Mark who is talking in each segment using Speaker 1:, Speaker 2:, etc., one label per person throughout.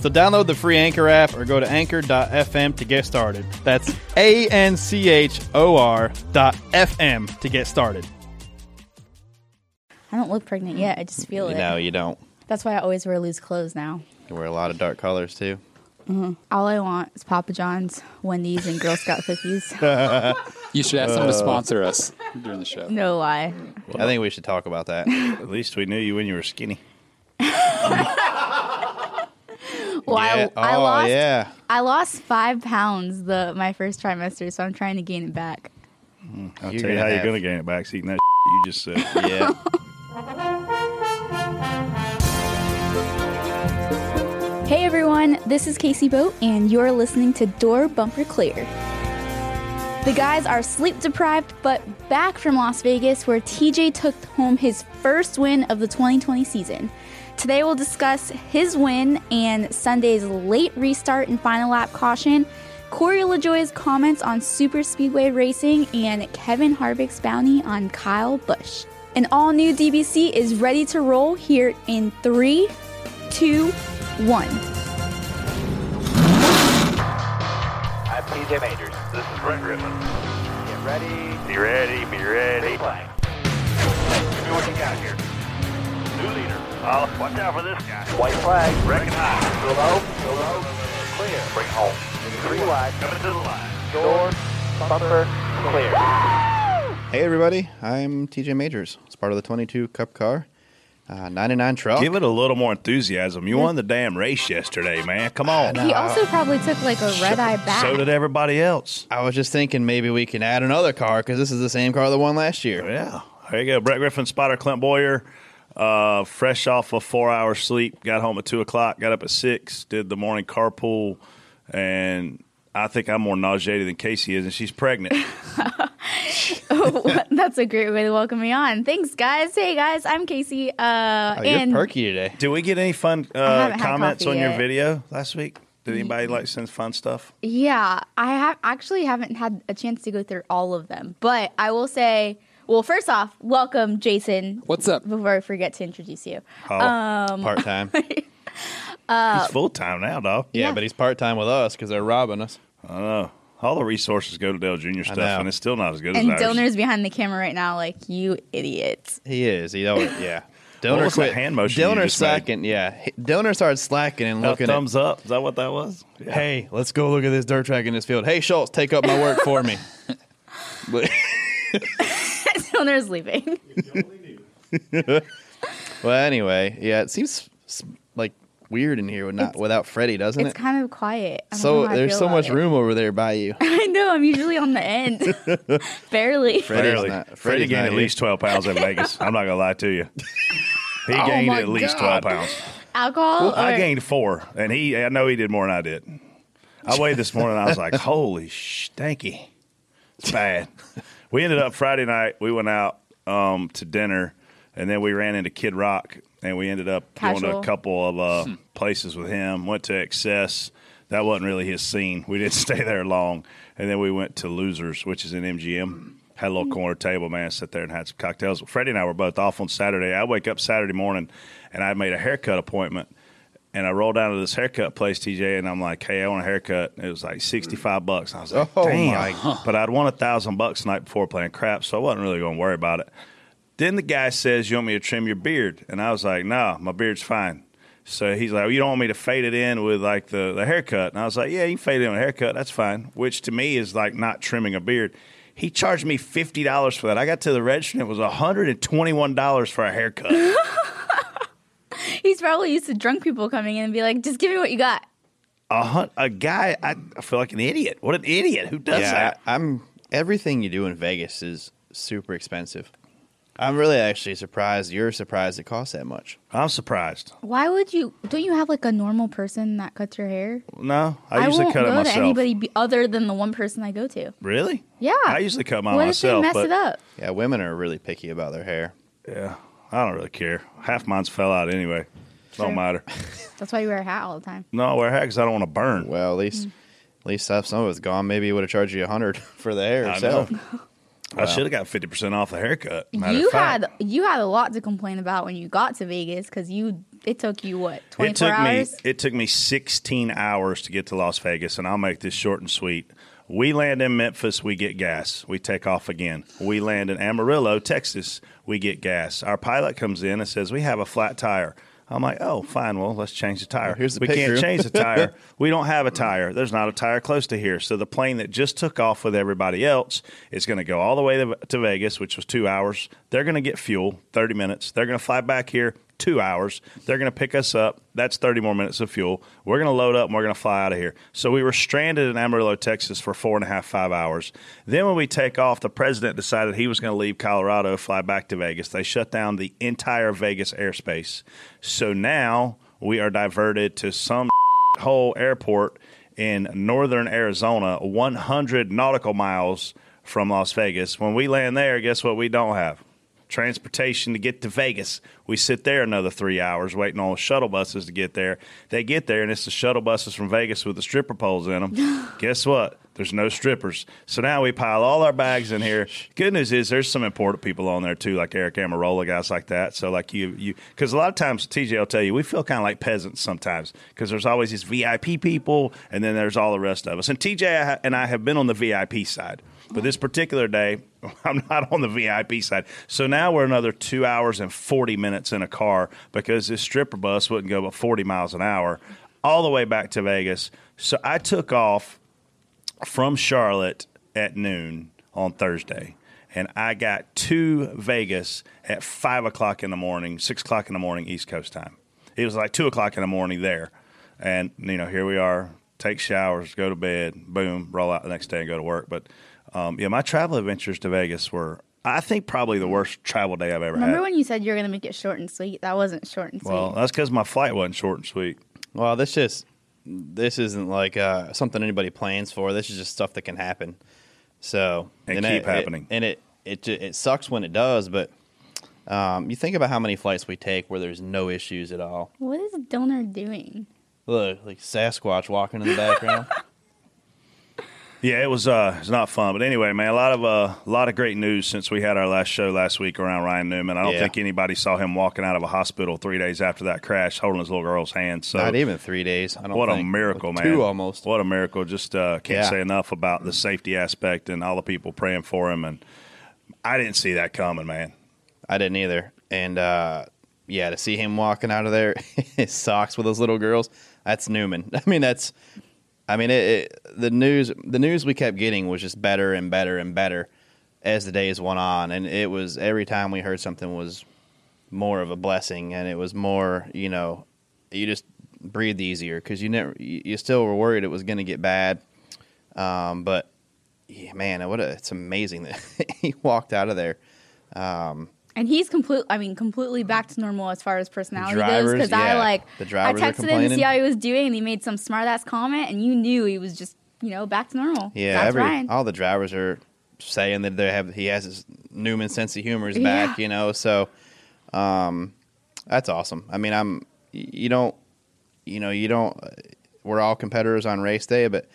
Speaker 1: So download the free Anchor app or go to anchor.fm to get started. That's A N C H O R dot FM to get started.
Speaker 2: I don't look pregnant yet. I just feel it.
Speaker 3: No, you don't.
Speaker 2: That's why I always wear loose clothes now.
Speaker 3: You wear a lot of dark colors too.
Speaker 2: All I want is Papa John's, Wendy's, and Girl Scout cookies.
Speaker 4: You should ask someone to sponsor us during the show.
Speaker 2: no lie.
Speaker 3: I think we should talk about that.
Speaker 5: At least we knew you when you were skinny.
Speaker 2: Well, I-
Speaker 3: Yeah.
Speaker 2: I,
Speaker 3: oh
Speaker 2: lost.
Speaker 3: yeah.
Speaker 2: I lost five pounds the my first trimester, so I'm trying to gain it back.
Speaker 3: I'll
Speaker 5: Tell you how you're
Speaker 3: have-
Speaker 5: going to gain it back. Seeing that you just said.
Speaker 3: Yeah.
Speaker 2: Hey everyone, this is Casey Boat, and you're listening to Door Bumper Clear. The guys are sleep deprived, but back from Las Vegas, where TJ took home his first win of the 2020 season. Today, we'll discuss his win and Sunday's late restart and final lap caution, Corey LaJoy's comments on super speedway racing, and Kevin Harvick's bounty on Kyle Busch. An all new DBC is ready to roll here in three, two, one.
Speaker 6: I'm PJ Majors. This is Brent Griffin. Get ready. Be ready. Be ready. Replay. Give me what you got here. New leader. Oh, watch out for this guy. White flag. Recognize. Go low. Go low. Clear. Bring home. Three wide. Coming to the line. Door. Bumper. Clear.
Speaker 3: hey everybody, I'm TJ Majors. It's part of the 22 Cup Car, uh, 99 truck.
Speaker 5: Give it a little more enthusiasm. You won the damn race yesterday, man. Come on.
Speaker 2: He also probably took like a red eye back.
Speaker 5: So did everybody else.
Speaker 3: I was just thinking maybe we can add another car because this is the same car that won last year.
Speaker 5: Yeah. There you go. Brett Griffin, spotter Clint Boyer, uh, fresh off a four hour sleep, got home at two o'clock, got up at six, did the morning carpool, and I think I'm more nauseated than Casey is, and she's pregnant.
Speaker 2: That's a great way to welcome me on. Thanks, guys. Hey, guys. I'm Casey. Uh,
Speaker 3: Oh,
Speaker 2: and
Speaker 3: you're perky today.
Speaker 5: Did we get any fun uh,
Speaker 2: haven't had
Speaker 5: comments on
Speaker 2: coffee
Speaker 5: your
Speaker 2: yet.
Speaker 5: video last week? Did anybody like send fun stuff?
Speaker 2: yeah, I have actually haven't had a chance to go through all of them, but I will say, well, first off, welcome, Jason.
Speaker 4: What's up?
Speaker 2: Before I forget to introduce you,
Speaker 5: Oh,
Speaker 2: uh, um,
Speaker 3: Part time.
Speaker 5: he's full time now, dog.
Speaker 3: Yeah,
Speaker 2: Yeah.
Speaker 3: but he's part time with us because they're robbing us.
Speaker 5: I know. All the resources go to Dale Junior stuff,
Speaker 3: know.
Speaker 5: and it's still not as good
Speaker 2: and
Speaker 5: as ours.
Speaker 2: Dillner's behind the camera right now, like you idiot.
Speaker 3: He is. He always, yeah.
Speaker 5: What
Speaker 3: Donor
Speaker 5: was that
Speaker 3: quit.
Speaker 5: hand motion you
Speaker 3: Donor
Speaker 5: just made?
Speaker 3: slacking. Yeah. He- Donor started slacking and
Speaker 5: A
Speaker 3: looking. at,
Speaker 5: thumbs up. Is that what that was? Yeah.
Speaker 3: hey, Oh, let's go look at this dirt track in this field. Hey, Schultz, take up my work for me. But-
Speaker 2: Dillner's leaving.
Speaker 3: well, anyway, yeah, it seems s- like weird in here with not, without Freddie, doesn't
Speaker 2: It's
Speaker 3: it?
Speaker 2: kind of quiet. I don't know
Speaker 3: so
Speaker 2: how I
Speaker 3: there's
Speaker 2: feel
Speaker 3: so
Speaker 2: about
Speaker 3: much
Speaker 2: it.
Speaker 3: room over there by you.
Speaker 2: I know. I'm usually on the end, barely.
Speaker 3: Freddie's
Speaker 5: Barely.
Speaker 3: not-
Speaker 5: Freddie
Speaker 3: Freddie's
Speaker 5: gained
Speaker 3: not
Speaker 5: at
Speaker 3: here.
Speaker 5: least 12 pounds in Vegas. I'm not going to lie to you. He gained
Speaker 3: Oh my
Speaker 5: at least
Speaker 3: God.
Speaker 5: 12 pounds.
Speaker 2: Alcohol.
Speaker 5: I
Speaker 2: or-
Speaker 5: gained four, and he, I know he did more than I did. I weighed this morning, I was like, holy stanky. It's bad. we ended up Friday night, we went out um, to dinner, and then we ran into Kid Rock, and we ended up going to
Speaker 2: Casual.
Speaker 5: a couple of uh, places with him, went to Excess. That wasn't really his scene. We didn't stay there long. And then we went to Losers, which is in MGM. Had a little corner table, man. Sat there and had some cocktails. Freddie and I were both off on Saturday. I wake up Saturday morning and I made a haircut appointment. And I roll down to this haircut place, TJ, and I'm like, "Hey, I want a haircut." It was like sixty-five bucks. I was like,
Speaker 3: Oh,
Speaker 5: "Damn!"
Speaker 3: my-
Speaker 5: But I'd won a thousand bucks the night before playing crap, so I wasn't really going to worry about it. Then the guy says, "You want me to trim your beard?" And I was like, "Nah, my beard's fine." So he's like, well, "You don't want me to fade it in with like the, the haircut?" And I was like, "Yeah, you can fade it in with a haircut. That's fine." Which to me is like not trimming a beard. He charged me fifty dollars for that. I got to the register and it was hundred and twenty-one dollars for a haircut.
Speaker 2: He's probably used to drunk people coming in and be like, just give me what you got.
Speaker 5: a, hun- a guy, I, I feel like an idiot. What an idiot! Who does
Speaker 3: yeah,
Speaker 5: that?
Speaker 3: I, am Everything you do in Vegas is super expensive. I'm really actually surprised. You're surprised it costs that much.
Speaker 5: I'm surprised.
Speaker 2: Why would you? Don't you have like a normal person that cuts your hair?
Speaker 5: No, I, usually
Speaker 2: won't
Speaker 5: cut
Speaker 2: go
Speaker 5: it myself.
Speaker 2: to anybody be- other than the one person I go to.
Speaker 5: Really?
Speaker 2: Yeah.
Speaker 5: I usually cut mine
Speaker 2: what
Speaker 5: myself.
Speaker 2: if they
Speaker 5: but
Speaker 2: mess it up?
Speaker 3: Yeah, women are really picky about their hair.
Speaker 5: Yeah, I don't really care. Half mine's fell out anyway. Don't
Speaker 2: Sure.
Speaker 5: matter.
Speaker 2: That's why you wear a hat all the time.
Speaker 5: No, I wear a hat 'cause I don't want to burn.
Speaker 3: Well, at
Speaker 2: Mm.
Speaker 3: least at least if some of it's gone, maybe it would have charged you a hundred for the hair
Speaker 5: I
Speaker 3: itself.
Speaker 5: know. I should have got fifty percent off the haircut. Matter
Speaker 2: You
Speaker 5: of fact,
Speaker 2: had you had a lot to complain about when you got to Vegas because you it took you what twenty
Speaker 5: it took
Speaker 2: four hours.
Speaker 5: me it took me 16 hours to get to Las Vegas, and I'll make this short and sweet. We land in Memphis, we get gas. We take off again. We land in Amarillo, Texas, we get gas. Our pilot comes in and says, "We have a flat tire." I'm like, "Oh, fine. Well, let's change the tire."
Speaker 3: Here's the
Speaker 5: we
Speaker 3: pick
Speaker 5: can't
Speaker 3: room.
Speaker 5: change the tire. we don't have a tire. There's not a tire close to here. So the plane that just took off with everybody else is going to go all the way to- to Vegas, which was two hours. They're going to get fuel, 30 minutes. They're going to fly back here, two hours. They're going to pick us up. That's 30 more minutes of fuel. We're going to load up and we're going to fly out of here. So we were stranded in Amarillo, Texas for four and a half, five hours. Then when we take off, the president decided he was going to leave Colorado, fly back to Vegas. They shut down the entire Vegas airspace. So now we are diverted to some whole airport in northern Arizona, 100 nautical miles from Las Vegas. When we land there, guess what we don't have? Transportation to get to Vegas. We sit there another three hours waiting on shuttle buses to get there. They get there, and it's the shuttle buses from Vegas with the stripper poles in them. guess what? There's no strippers. So now we pile all our bags in here. Good news is there's some important people on there too, like Eric Amarola, guys like that. So like you, you, because a lot of times TJ will tell you we feel kind of like peasants sometimes because there's always these VIP people and then there's all the rest of us. And TJ ha- and I have been on the VIP side, but this particular day I'm not on the VIP side. So now we're another two hours and forty minutes in a car because this stripper bus wouldn't go but forty miles an hour all the way back to Vegas. So I took off from Charlotte at noon on Thursday, and I got to Vegas at five o'clock in the morning, six o'clock in the morning East Coast time. It was like two o'clock in the morning there, and you know here we are. Take showers, go to bed, boom, roll out the next day and go to work. But um, yeah, my travel adventures to Vegas were, I think, probably the worst travel day I've ever
Speaker 2: Remember
Speaker 5: had.
Speaker 2: when you said you were gonna make it short and sweet? That wasn't short and sweet.
Speaker 5: well, that's because my flight wasn't short and sweet.
Speaker 3: Well, this just this isn't like uh, something anybody plans for. This is just stuff that can happen. So
Speaker 5: And
Speaker 3: it-
Speaker 5: keep
Speaker 3: it-
Speaker 5: happening.
Speaker 3: and it it ju- it sucks when it does, but um, you think about how many flights we take where there's no issues at all.
Speaker 2: what is Donor doing?
Speaker 3: Look, like Sasquatch walking in the background.
Speaker 5: Yeah, it was uh, it's not fun. But anyway, man, a lot of uh, a lot of great news since we had our last show last week around Ryan Newman. I don't
Speaker 3: Yeah.
Speaker 5: think anybody saw him walking out of a hospital three days after that crash, holding his little girl's hand. So
Speaker 3: Not even three days. I don't.
Speaker 5: what a
Speaker 3: think.
Speaker 5: miracle,
Speaker 3: Like
Speaker 5: man!
Speaker 3: Two almost.
Speaker 5: What a miracle! Just uh, can't
Speaker 3: Yeah.
Speaker 5: say enough about the safety aspect and all the people praying for him. And I didn't see that coming, man.
Speaker 3: I didn't either. And uh, yeah, to see him walking out of there, his socks with those little girls. That's Newman. I mean, that's. I mean, it, it, the news. The news we kept getting was just better and better and better as the days went on, and it was every time we heard something was more of a blessing, and it was more. You know, you just breathed easier because you never. You, you still were worried it was going to get bad, um, but yeah, man, what a, it's amazing that he walked out of there.
Speaker 2: And he's complete. I mean, completely back to normal as far as personality goes.
Speaker 3: drivers,
Speaker 2: Because I
Speaker 3: yeah.
Speaker 2: like,
Speaker 3: The
Speaker 2: I
Speaker 3: drivers are
Speaker 2: texted him to see
Speaker 3: complaining.
Speaker 2: how he was doing, and he made some smart ass comment, and you knew he was just, you know, back to normal.
Speaker 3: Yeah,
Speaker 2: that's
Speaker 3: every
Speaker 2: Ryan.
Speaker 3: all the drivers are saying that they have he has his Newman sense of humor is
Speaker 2: Yeah.
Speaker 3: back, you know. So, um, that's awesome. I mean, I'm y- you don't you know you don't we're all competitors on race day, but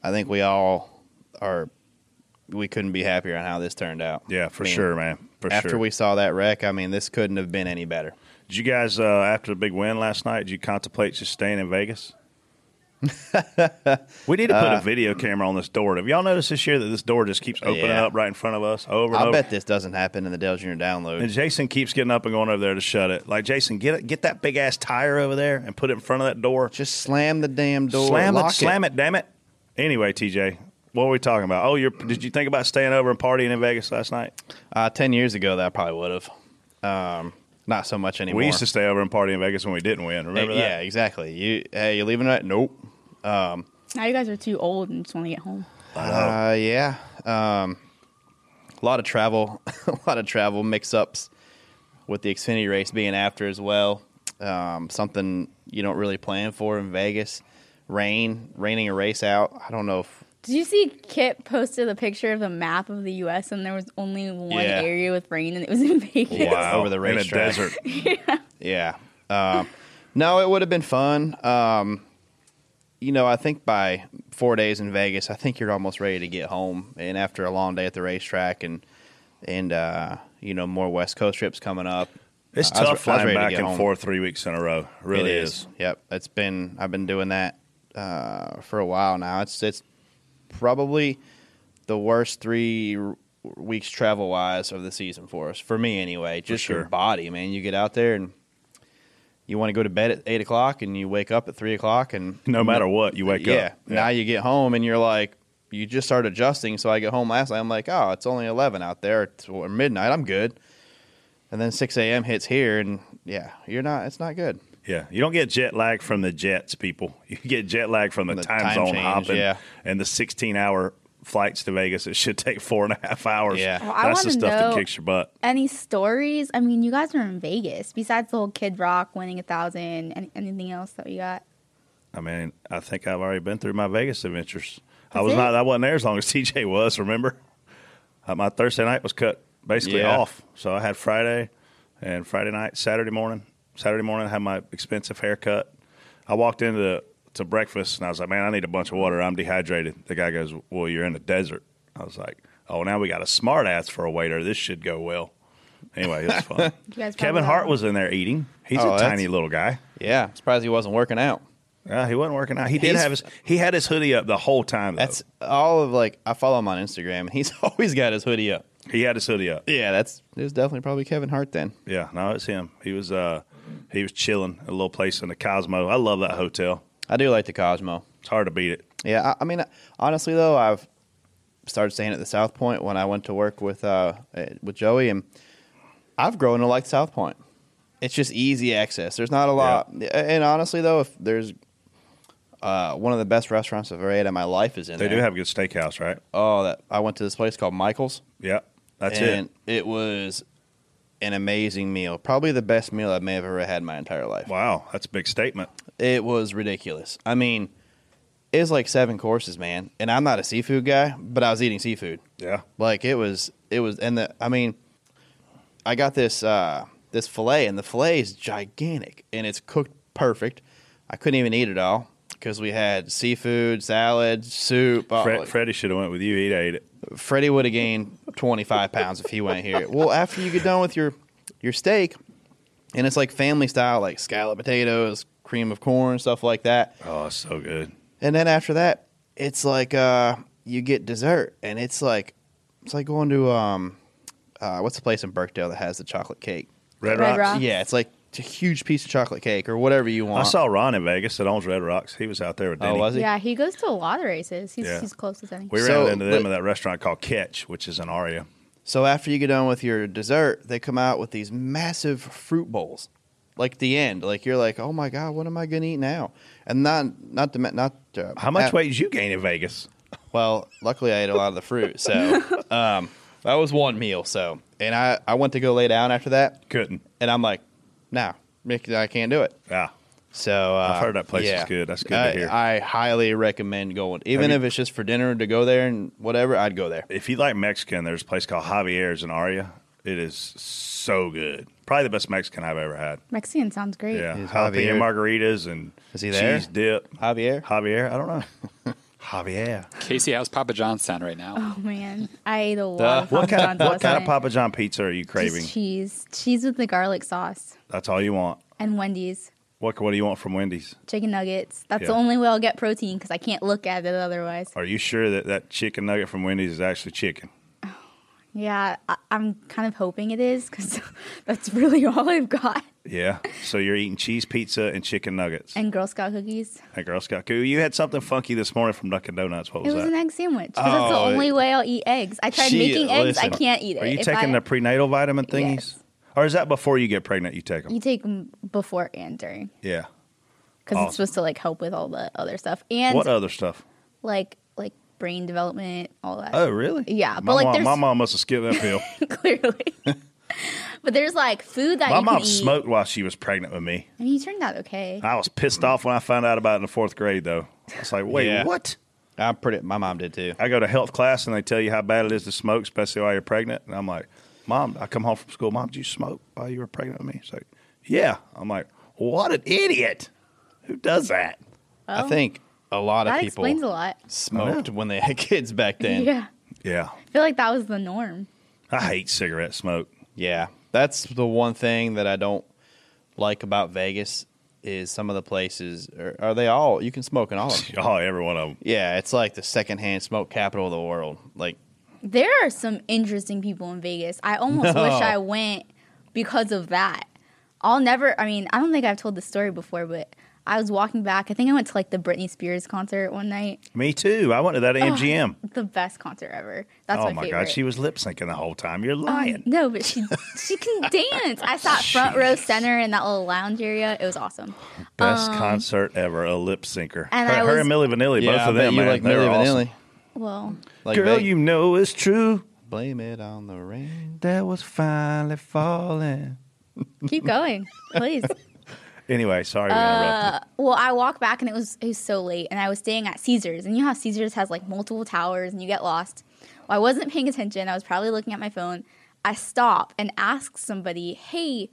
Speaker 3: I think we all are we couldn't be happier on how this turned out.
Speaker 5: Yeah, for
Speaker 3: I mean,
Speaker 5: sure, man. For
Speaker 3: After
Speaker 5: sure.
Speaker 3: we saw that wreck, I mean, this couldn't have been any better.
Speaker 5: did you guys uh, after the big win last night? Did you contemplate just staying in Vegas? we need to
Speaker 3: Uh,
Speaker 5: put a video camera on this door. Have y'all noticed this year that this door just keeps opening
Speaker 3: Yeah.
Speaker 5: up right in front of us over and
Speaker 3: I
Speaker 5: over?
Speaker 3: bet this doesn't happen in the Dell Jr. download.
Speaker 5: And Jason keeps getting up and going over there to shut it. Like Jason, get it, get that big ass tire over there and put it in front of that door.
Speaker 3: Just slam the damn door.
Speaker 5: slam it,
Speaker 3: lock
Speaker 5: slam it, damn it. Anyway, TJ, What were we talking about? Oh, you're, did you think about staying over and partying in Vegas last night?
Speaker 3: Uh, Ten years ago, that I probably would have. Um, not so much anymore.
Speaker 5: We used to stay over and party in Vegas when we didn't win. Remember
Speaker 3: Hey,
Speaker 5: that?
Speaker 3: Yeah, exactly. You hey, you leaving tonight? Nope.
Speaker 2: Now you guys are too old and just want to get home.
Speaker 3: Uh, yeah. Um, a lot of travel, a lot of travel mix-ups with the Xfinity race being after as well. Um, something you don't really plan for in Vegas. Rain, raining a race out. I don't know if
Speaker 2: Did you see Kit posted a picture of the map of the U.S. and there was only one
Speaker 3: Yeah.
Speaker 2: area with rain and it was in Vegas?
Speaker 3: Wow. Over the
Speaker 5: Oh, in a
Speaker 3: racetrack.
Speaker 5: desert.
Speaker 3: Yeah. Um, no, it would have been fun. Um, you know, I think by four days in Vegas, I think you're almost ready to get home. And after a long day at the racetrack, and and uh, you know more West Coast trips coming up,
Speaker 5: It's
Speaker 3: I was- I was
Speaker 5: tough flying
Speaker 3: ready to
Speaker 5: back
Speaker 3: get
Speaker 5: and
Speaker 3: home.
Speaker 5: forth three weeks in a row. Really
Speaker 3: It
Speaker 5: is.
Speaker 3: Yep, it's been. I've been doing that uh, for a while now. It's it's probably the worst three r- weeks travel wise of the season for us. For me, anyway. Just your
Speaker 5: sure.
Speaker 3: body, man. You get out there and you want to go to bed at eight o'clock, and you wake up at three o'clock, and
Speaker 5: No matter what, you wake
Speaker 3: yeah,
Speaker 5: up.
Speaker 3: now you get home and you're like. You just start adjusting. So I get home last night. I'm like, oh, it's only 11 out there it's- or midnight. I'm good. And then 6 a.m. hits here. And yeah, you're not, it's not good.
Speaker 5: Yeah, you don't get jet lag from the jets, people. You get jet lag from the,
Speaker 3: The
Speaker 5: time,
Speaker 3: time
Speaker 5: zone
Speaker 3: change,
Speaker 5: hopping
Speaker 3: yeah.
Speaker 5: and the 16 hour flights to Vegas. It should take four and a half hours.
Speaker 3: Yeah. Well,
Speaker 2: I
Speaker 5: that's the
Speaker 2: wanna
Speaker 5: stuff that
Speaker 2: know-
Speaker 5: kicks your butt.
Speaker 2: Any stories? I mean, you guys are in Vegas. Besides the whole Kid Rock winning a thousand, any, anything else that we got?
Speaker 5: I mean, I think I've already been through my Vegas adventures. I
Speaker 2: That's
Speaker 5: was
Speaker 2: it?
Speaker 5: not. I wasn't there as long as TJ was. Remember, Uh, my Thursday night was cut basically
Speaker 3: Yeah.
Speaker 5: off, so I had Friday and Friday night, Saturday morning. Saturday morning, I had my expensive haircut. I walked into the, to breakfast and I was like, "Man, I need a bunch of water. I'm dehydrated." The guy goes, "Well, you're in the desert." I was like, "Oh, now we got a smart ass for a waiter. This should go well." Anyway, it was fun.
Speaker 2: You guys probably
Speaker 5: Kevin
Speaker 2: have
Speaker 5: Hart
Speaker 2: one.
Speaker 5: was in there eating. He's
Speaker 3: Oh,
Speaker 5: a
Speaker 3: that's-
Speaker 5: tiny little guy.
Speaker 3: Yeah, I'm surprised he wasn't working out.
Speaker 5: Yeah, Uh, he wasn't working out. He did
Speaker 3: He's-
Speaker 5: have his he had his hoodie up the whole time. though.
Speaker 3: That's all of like I follow him on Instagram, and he's always got his hoodie up.
Speaker 5: he had his hoodie up.
Speaker 3: Yeah, that's it was definitely probably Kevin Hart then.
Speaker 5: Yeah, no, it's him. He was uh he was chilling at a little place in the Cosmo. I love that hotel.
Speaker 3: I do like the Cosmo.
Speaker 5: It's hard to beat it.
Speaker 3: Yeah, I, I mean honestly though, I've started staying at the South Point when I went to work with uh eh, with Joey, and I've grown to like South Point. It's just easy access. There's not a lot, eh, and honestly though, if there's uh, one of the best restaurants I've ever ate in my life is in
Speaker 5: They
Speaker 3: there.
Speaker 5: do have a good steakhouse, right?
Speaker 3: oh that I went to this place called Michael's.
Speaker 5: Yeah, that's
Speaker 3: and
Speaker 5: it.
Speaker 3: was an amazing meal. Probably the best meal I may have ever had in my entire life.
Speaker 5: Wow, that's a big statement.
Speaker 3: It was ridiculous. I mean, it was like seven courses, man. And I'm not a seafood guy, but I was eating seafood.
Speaker 5: Yeah,
Speaker 3: Like it was, it was, and the I mean, I got this uh this fillet, and the fillet is gigantic, and it's cooked perfect. I couldn't even eat it all because we had seafood, salad, soup. all-
Speaker 5: Fred, Freddie should have went with you. He'd ate it.
Speaker 3: Freddie would have gained 25 pounds if he went here. Well, after you get done with your your steak, and it's like family style, like scallop potatoes, cream of corn, stuff like that.
Speaker 5: Oh, it's so good.
Speaker 3: And then after that, it's like uh, you get dessert, and it's like it's like going to um, uh, what's the place in Burkdale that has the chocolate cake?
Speaker 5: Red,
Speaker 2: Red
Speaker 5: Rocks.
Speaker 2: Rock.
Speaker 3: Yeah, it's like it's a huge piece of chocolate cake or whatever you
Speaker 5: I
Speaker 3: want.
Speaker 5: saw Ron in Vegas that owns Red Rocks. He was out there with
Speaker 3: Oh,
Speaker 5: Denny.
Speaker 3: was he?
Speaker 2: Yeah, he goes to a lot of races. He's,
Speaker 5: Yeah.
Speaker 2: he's close as any.
Speaker 5: We ran
Speaker 3: So,
Speaker 5: into them
Speaker 3: but-
Speaker 5: at that restaurant called Catch, which is an Aria.
Speaker 3: So after you get done with your dessert, they come out with these massive fruit bowls. Like the end, like you're like, oh my god, what am I gonna eat now? And not not to ma- not uh,
Speaker 5: How much
Speaker 3: at-
Speaker 5: weight did you gain in Vegas?
Speaker 3: Well, luckily I ate a lot of the fruit, so um, that was one meal. So and I I went to go lay down after that,
Speaker 5: Couldn't. Ah.
Speaker 3: and I'm like, no, Nick, I can't do it.
Speaker 5: Yeah.
Speaker 3: So uh,
Speaker 5: I've heard that place is
Speaker 3: yeah.
Speaker 5: good. That's good to
Speaker 3: I,
Speaker 5: hear.
Speaker 3: I highly recommend going, even
Speaker 5: you-
Speaker 3: if it's just for dinner to go there and whatever. I'd go there.
Speaker 5: if you like Mexican, there's a place called Javier's in Aria. It is so good. Probably the best Mexican I've ever had.
Speaker 2: Mexican sounds great.
Speaker 5: Yeah,
Speaker 3: Is
Speaker 5: jalapeno
Speaker 3: Javier-
Speaker 5: margaritas and
Speaker 3: Is he there?
Speaker 5: cheese dip.
Speaker 3: Javier,
Speaker 5: Javier, I don't know. Javier.
Speaker 4: Casey, how's Papa John's sound right now?
Speaker 2: Oh man, I ate a lot. of
Speaker 5: what kind
Speaker 2: Papa
Speaker 5: of,
Speaker 2: John's last
Speaker 5: what kind of
Speaker 2: night.
Speaker 5: Papa John pizza are you
Speaker 2: Just
Speaker 5: craving?
Speaker 2: cheese, cheese with the garlic sauce,
Speaker 5: That's all you want.
Speaker 2: and Wendy's
Speaker 5: What What do you want from Wendy's?
Speaker 2: chicken nuggets. That's the
Speaker 5: Yeah.
Speaker 2: only way I'll get protein because I can't look at it otherwise.
Speaker 5: Are you sure that that chicken nugget from Wendy's is actually chicken?
Speaker 2: Yeah, I- I'm kind of hoping it is because that's really all I've got.
Speaker 5: Yeah. So you're eating cheese pizza and chicken nuggets.
Speaker 2: And Girl Scout cookies.
Speaker 5: Hey, Girl Scout Coo, you had something funky this morning from Dunkin' Donuts. What
Speaker 2: It
Speaker 5: was,
Speaker 2: was
Speaker 5: that?
Speaker 2: an egg sandwich because that's the
Speaker 3: Oh,
Speaker 2: only way I'll eat eggs. I tried
Speaker 3: she-
Speaker 2: making eggs. I
Speaker 3: listen,
Speaker 2: can't eat it.
Speaker 5: Are you
Speaker 2: If
Speaker 5: taking
Speaker 2: I-
Speaker 5: the prenatal vitamin thingies?
Speaker 2: Yes.
Speaker 5: Or is that before you get pregnant? You take them.
Speaker 2: You take them before and during
Speaker 5: yeah.
Speaker 2: because
Speaker 5: Awesome.
Speaker 2: it's supposed to like help with all the other stuff and
Speaker 5: what other stuff?
Speaker 2: like like brain development, all that.
Speaker 5: Oh, really?
Speaker 2: Yeah,
Speaker 5: My
Speaker 2: but, like,
Speaker 5: mom,
Speaker 2: there's-
Speaker 5: my mom must have skipped that pill.
Speaker 2: clearly. but there's like food that
Speaker 5: my
Speaker 2: you can
Speaker 5: mom
Speaker 2: eat.
Speaker 5: smoked while she was pregnant with me.
Speaker 2: And you turned out okay.
Speaker 5: I was pissed off when I found out about it in the fourth grade, though. I was like, wait,
Speaker 3: Yeah.
Speaker 5: what?
Speaker 3: I'm pretty. My mom did too.
Speaker 5: I go to health class and they tell you how bad it is to smoke, especially while you're pregnant. And I'm like, Mom, I come home from school. Mom, did you smoke while you were pregnant with me? She's like, Yeah. I'm like, What an idiot. Who does that?
Speaker 3: I think a lot of
Speaker 2: Oh. that
Speaker 3: people
Speaker 2: explains a lot.
Speaker 3: smoked when they had kids back then.
Speaker 2: Yeah,
Speaker 5: Yeah.
Speaker 2: I feel like that was the norm.
Speaker 5: I hate cigarette smoke.
Speaker 3: Yeah, that's the one thing that I don't like about Vegas is some of the places are, are they all you can smoke in all of them.
Speaker 5: Oh, every one of them.
Speaker 3: Yeah, it's like the secondhand smoke capital of the world. Like
Speaker 2: There are some interesting people in Vegas. I almost wish I went because of that. I'll never, I mean, I don't think I've told this story before, but I was walking back. I think I went to like the Britney Spears concert one night.
Speaker 5: Me too. I went to that at MGM.
Speaker 2: The best concert ever. Oh, That's
Speaker 5: oh
Speaker 2: my,
Speaker 5: my
Speaker 2: favorite.
Speaker 5: God. She was lip syncing the whole time. You're
Speaker 2: Um,
Speaker 5: lying.
Speaker 2: No, but she she can dance. I sat front row center in that little lounge area. It was awesome.
Speaker 5: Best concert ever. A lip syncer.
Speaker 2: um, and
Speaker 5: her,
Speaker 2: I
Speaker 5: her
Speaker 2: was-
Speaker 5: and Millie Vanilli,
Speaker 3: yeah,
Speaker 5: both
Speaker 3: I
Speaker 5: of
Speaker 3: bet
Speaker 5: them.
Speaker 3: you
Speaker 5: man.
Speaker 3: like
Speaker 5: They were
Speaker 3: Millie
Speaker 5: awesome.
Speaker 3: Vanilli.
Speaker 2: Well,
Speaker 3: Like
Speaker 5: Girl,
Speaker 3: Ve-
Speaker 5: you know it's true.
Speaker 3: blame it on the rain.
Speaker 5: That was finally falling.
Speaker 2: keep going, please.
Speaker 5: Anyway, sorry we interrupted.
Speaker 2: Well, I walked back and it was it was so late, and I was staying at Caesars, and you know how Caesars has like multiple towers, and you get lost. Well, I wasn't paying attention. I was probably looking at my phone. I stop and ask somebody, "Hey,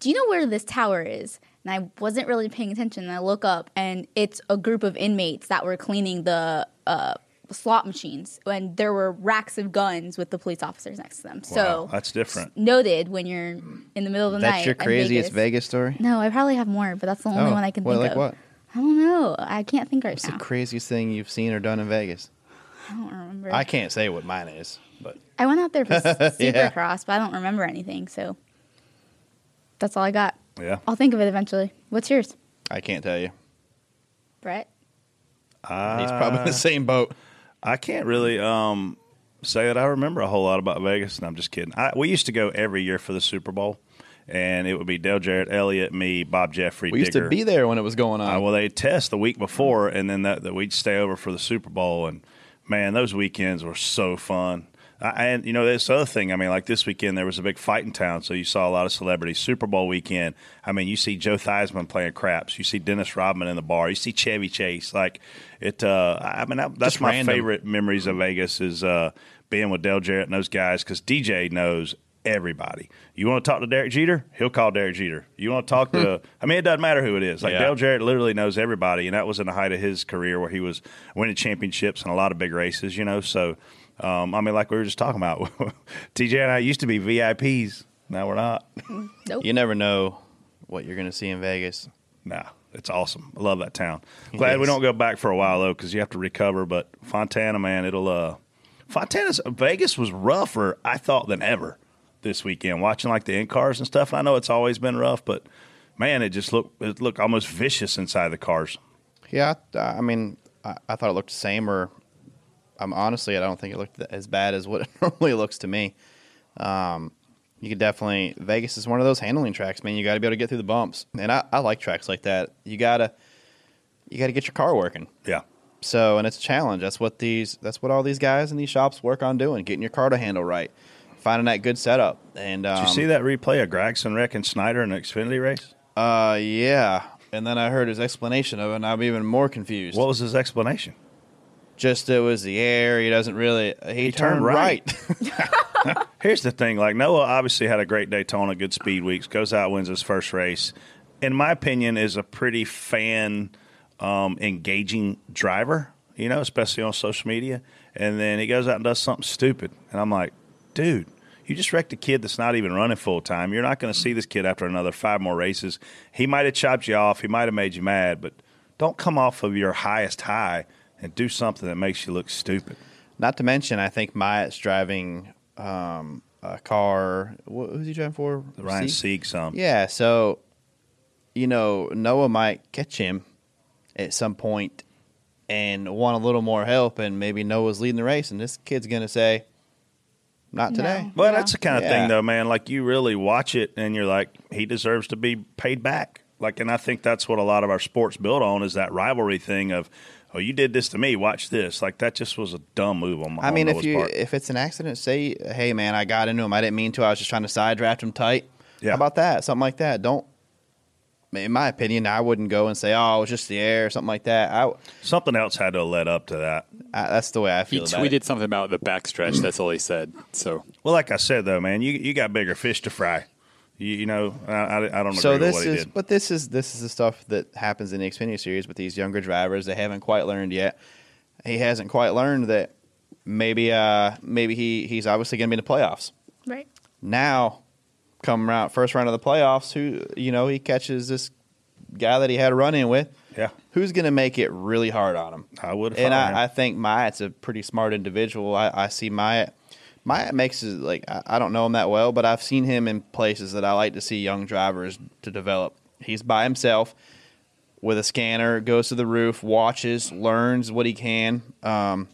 Speaker 2: do you know where this tower is?" And I wasn't really paying attention. And I look up, and it's a group of inmates that were cleaning the uh, slot machines, and there were racks of guns with the police officers next to them.
Speaker 5: Wow,
Speaker 2: Uh, So
Speaker 5: that's different.
Speaker 2: noted when you're in the middle of the night.
Speaker 3: That's your
Speaker 2: in
Speaker 3: craziest Vegas, story.
Speaker 2: No, I probably have more, but that's the only
Speaker 3: Oh,
Speaker 2: one I can
Speaker 3: well,
Speaker 2: think
Speaker 3: like what?
Speaker 2: of. I don't know. I can't think right
Speaker 3: What's
Speaker 2: now.
Speaker 3: the craziest thing you've seen or done in Vegas?
Speaker 2: I don't remember.
Speaker 3: I
Speaker 2: I,
Speaker 3: can't say what mine is, but
Speaker 2: went out there for Supercross,
Speaker 3: Yeah.
Speaker 2: but I don't remember anything. So that's all I got.
Speaker 5: Yeah.
Speaker 2: I'll think of it eventually. What's yours,
Speaker 3: I can't tell you.
Speaker 2: Brett?
Speaker 3: He's probably in the same boat.
Speaker 5: I can't really um, say that I remember a whole lot about Vegas, and I'm just kidding. I, we used to go every year for the Super Bowl, and it would be Dale Jarrett, Elliott, me, Bob Jeffrey,
Speaker 3: We used
Speaker 5: Digger.
Speaker 3: to be there when it was going on.
Speaker 5: Uh, well, they test the week before, and then that, that we'd stay over for the Super Bowl. And man, those weekends were so fun. I, and you know, this other thing. I mean, like this weekend there was a big fight in town, so you saw a lot of celebrities. Super Bowl weekend. I mean, you see Joe Theismann playing craps. You see Dennis Rodman in the bar. You see Chevy Chase. Like it. Uh, I mean, that, that's
Speaker 3: Just
Speaker 5: my
Speaker 3: random.
Speaker 5: favorite memories of Vegas is uh, being with Del Jarrett and those guys because DJ knows everybody. You want to talk to Derek Jeter? He'll call Derek Jeter. You want to talk to? I mean, it doesn't matter who it is. Like
Speaker 3: Hmm. Yeah.
Speaker 5: Del Jarrett literally knows everybody, and that was in the height of his career where he was winning championships and a lot of big races. You know, so um, I mean, like we were just talking about, TJ and I used to be VIPs. Now we're not.
Speaker 2: Nope.
Speaker 3: you never know what you're going to see in Vegas.
Speaker 5: Nah, it's awesome. I love that town. Glad we
Speaker 3: is.
Speaker 5: don't go back for a while though, because you have to recover. But Fontana, man, it'll uh, Fontana's Vegas was rougher I thought than ever this weekend. Watching like the in cars and stuff. I know it's always been rough, but man, it just looked it looked almost vicious inside the cars.
Speaker 3: Yeah, I, I mean, I, I thought it looked the same, or I'm honestly, I don't think it looked th- as bad as what it normally looks to me. Um, you could definitely Vegas is one of those handling tracks, man. You got to be able to get through the bumps, and I, I like tracks like that. You gotta you gotta get your car working.
Speaker 5: Yeah,
Speaker 3: So, and it's a challenge. That's what these that's what all these guys in these shops work on doing: getting your car to handle right, finding that good setup. And um,
Speaker 5: did you see that replay of Gregson wreck and Snyder in the Xfinity race?
Speaker 3: Uh, yeah. And then I heard his explanation of it, and I'm even more confused.
Speaker 5: What was his explanation?
Speaker 3: just it was the air. He doesn't really. He,
Speaker 5: turned
Speaker 3: turned,
Speaker 5: right.
Speaker 3: right.
Speaker 5: Here's the thing: like Noah obviously had a great Daytona, good speed weeks, goes out, wins his first race. In my opinion, is a pretty fan um, engaging driver. You know, especially on social media. And then he goes out and does something stupid, and I'm like, dude. You just wrecked a kid that's not even running full time. You're not going to see this kid after another five more races. He might have chopped you off. He might have made you mad, but don't come off of your highest high and do something that makes you look stupid.
Speaker 3: Not to mention, I think Myatt's driving um, a car. Wh- who's he driving for?
Speaker 5: Ryan
Speaker 3: Sieg?
Speaker 5: Sieg some.
Speaker 3: Yeah, so you know Noah might catch him at some point and want a little more help, and maybe Noah's leading the race, and this kid's gonna say, "Not
Speaker 2: No.
Speaker 3: today."
Speaker 5: Well,
Speaker 2: Yeah.
Speaker 5: that's the kind of
Speaker 3: Yeah.
Speaker 5: thing, though, man. Like you really watch it, and you're like, he deserves to be paid back. Like, and I think that's what a lot of our sports build on is that rivalry thing of, oh, you did this to me, watch this. Like that just was a dumb move on my.
Speaker 3: I
Speaker 5: on
Speaker 3: mean, if
Speaker 5: Noah's
Speaker 3: you
Speaker 5: part.
Speaker 3: if it's an accident, say, "Hey, man, I got into him. I didn't mean to. I was just trying to side draft him tight."
Speaker 5: Yeah.
Speaker 3: How about that? Something like that. Don't. In my opinion, I wouldn't go and say, "Oh, it was just the air" or something like that. I,
Speaker 5: something else had to led up to that.
Speaker 3: I that's the way I
Speaker 4: He
Speaker 3: feel. about
Speaker 4: tweeted
Speaker 3: it.
Speaker 4: something about the backstretch. That's all he said. So
Speaker 5: Well, like I said, though, man, you you got bigger fish to fry. You, you know, I, I, I don't
Speaker 3: So
Speaker 5: agree
Speaker 3: this
Speaker 5: with what he
Speaker 3: is,
Speaker 5: did.
Speaker 3: but this is this is the stuff that happens in the Xfinity series with these younger drivers. They haven't quite learned yet. He hasn't quite learned that maybe uh maybe he he's obviously going to be in the playoffs.
Speaker 2: Right.
Speaker 3: Now, come round first round of the playoffs, who you know he catches this guy that he had a run in with.
Speaker 5: Yeah.
Speaker 3: who's going to make it really hard on him?
Speaker 5: I would,
Speaker 3: and I, I think Myatt's a pretty smart individual. I, I see Myatt. Myatt makes his like I, I don't know him that well, but I've seen him in places that I like to see young drivers to develop. He's by himself with a scanner, goes to the roof, watches, learns what he can. Um,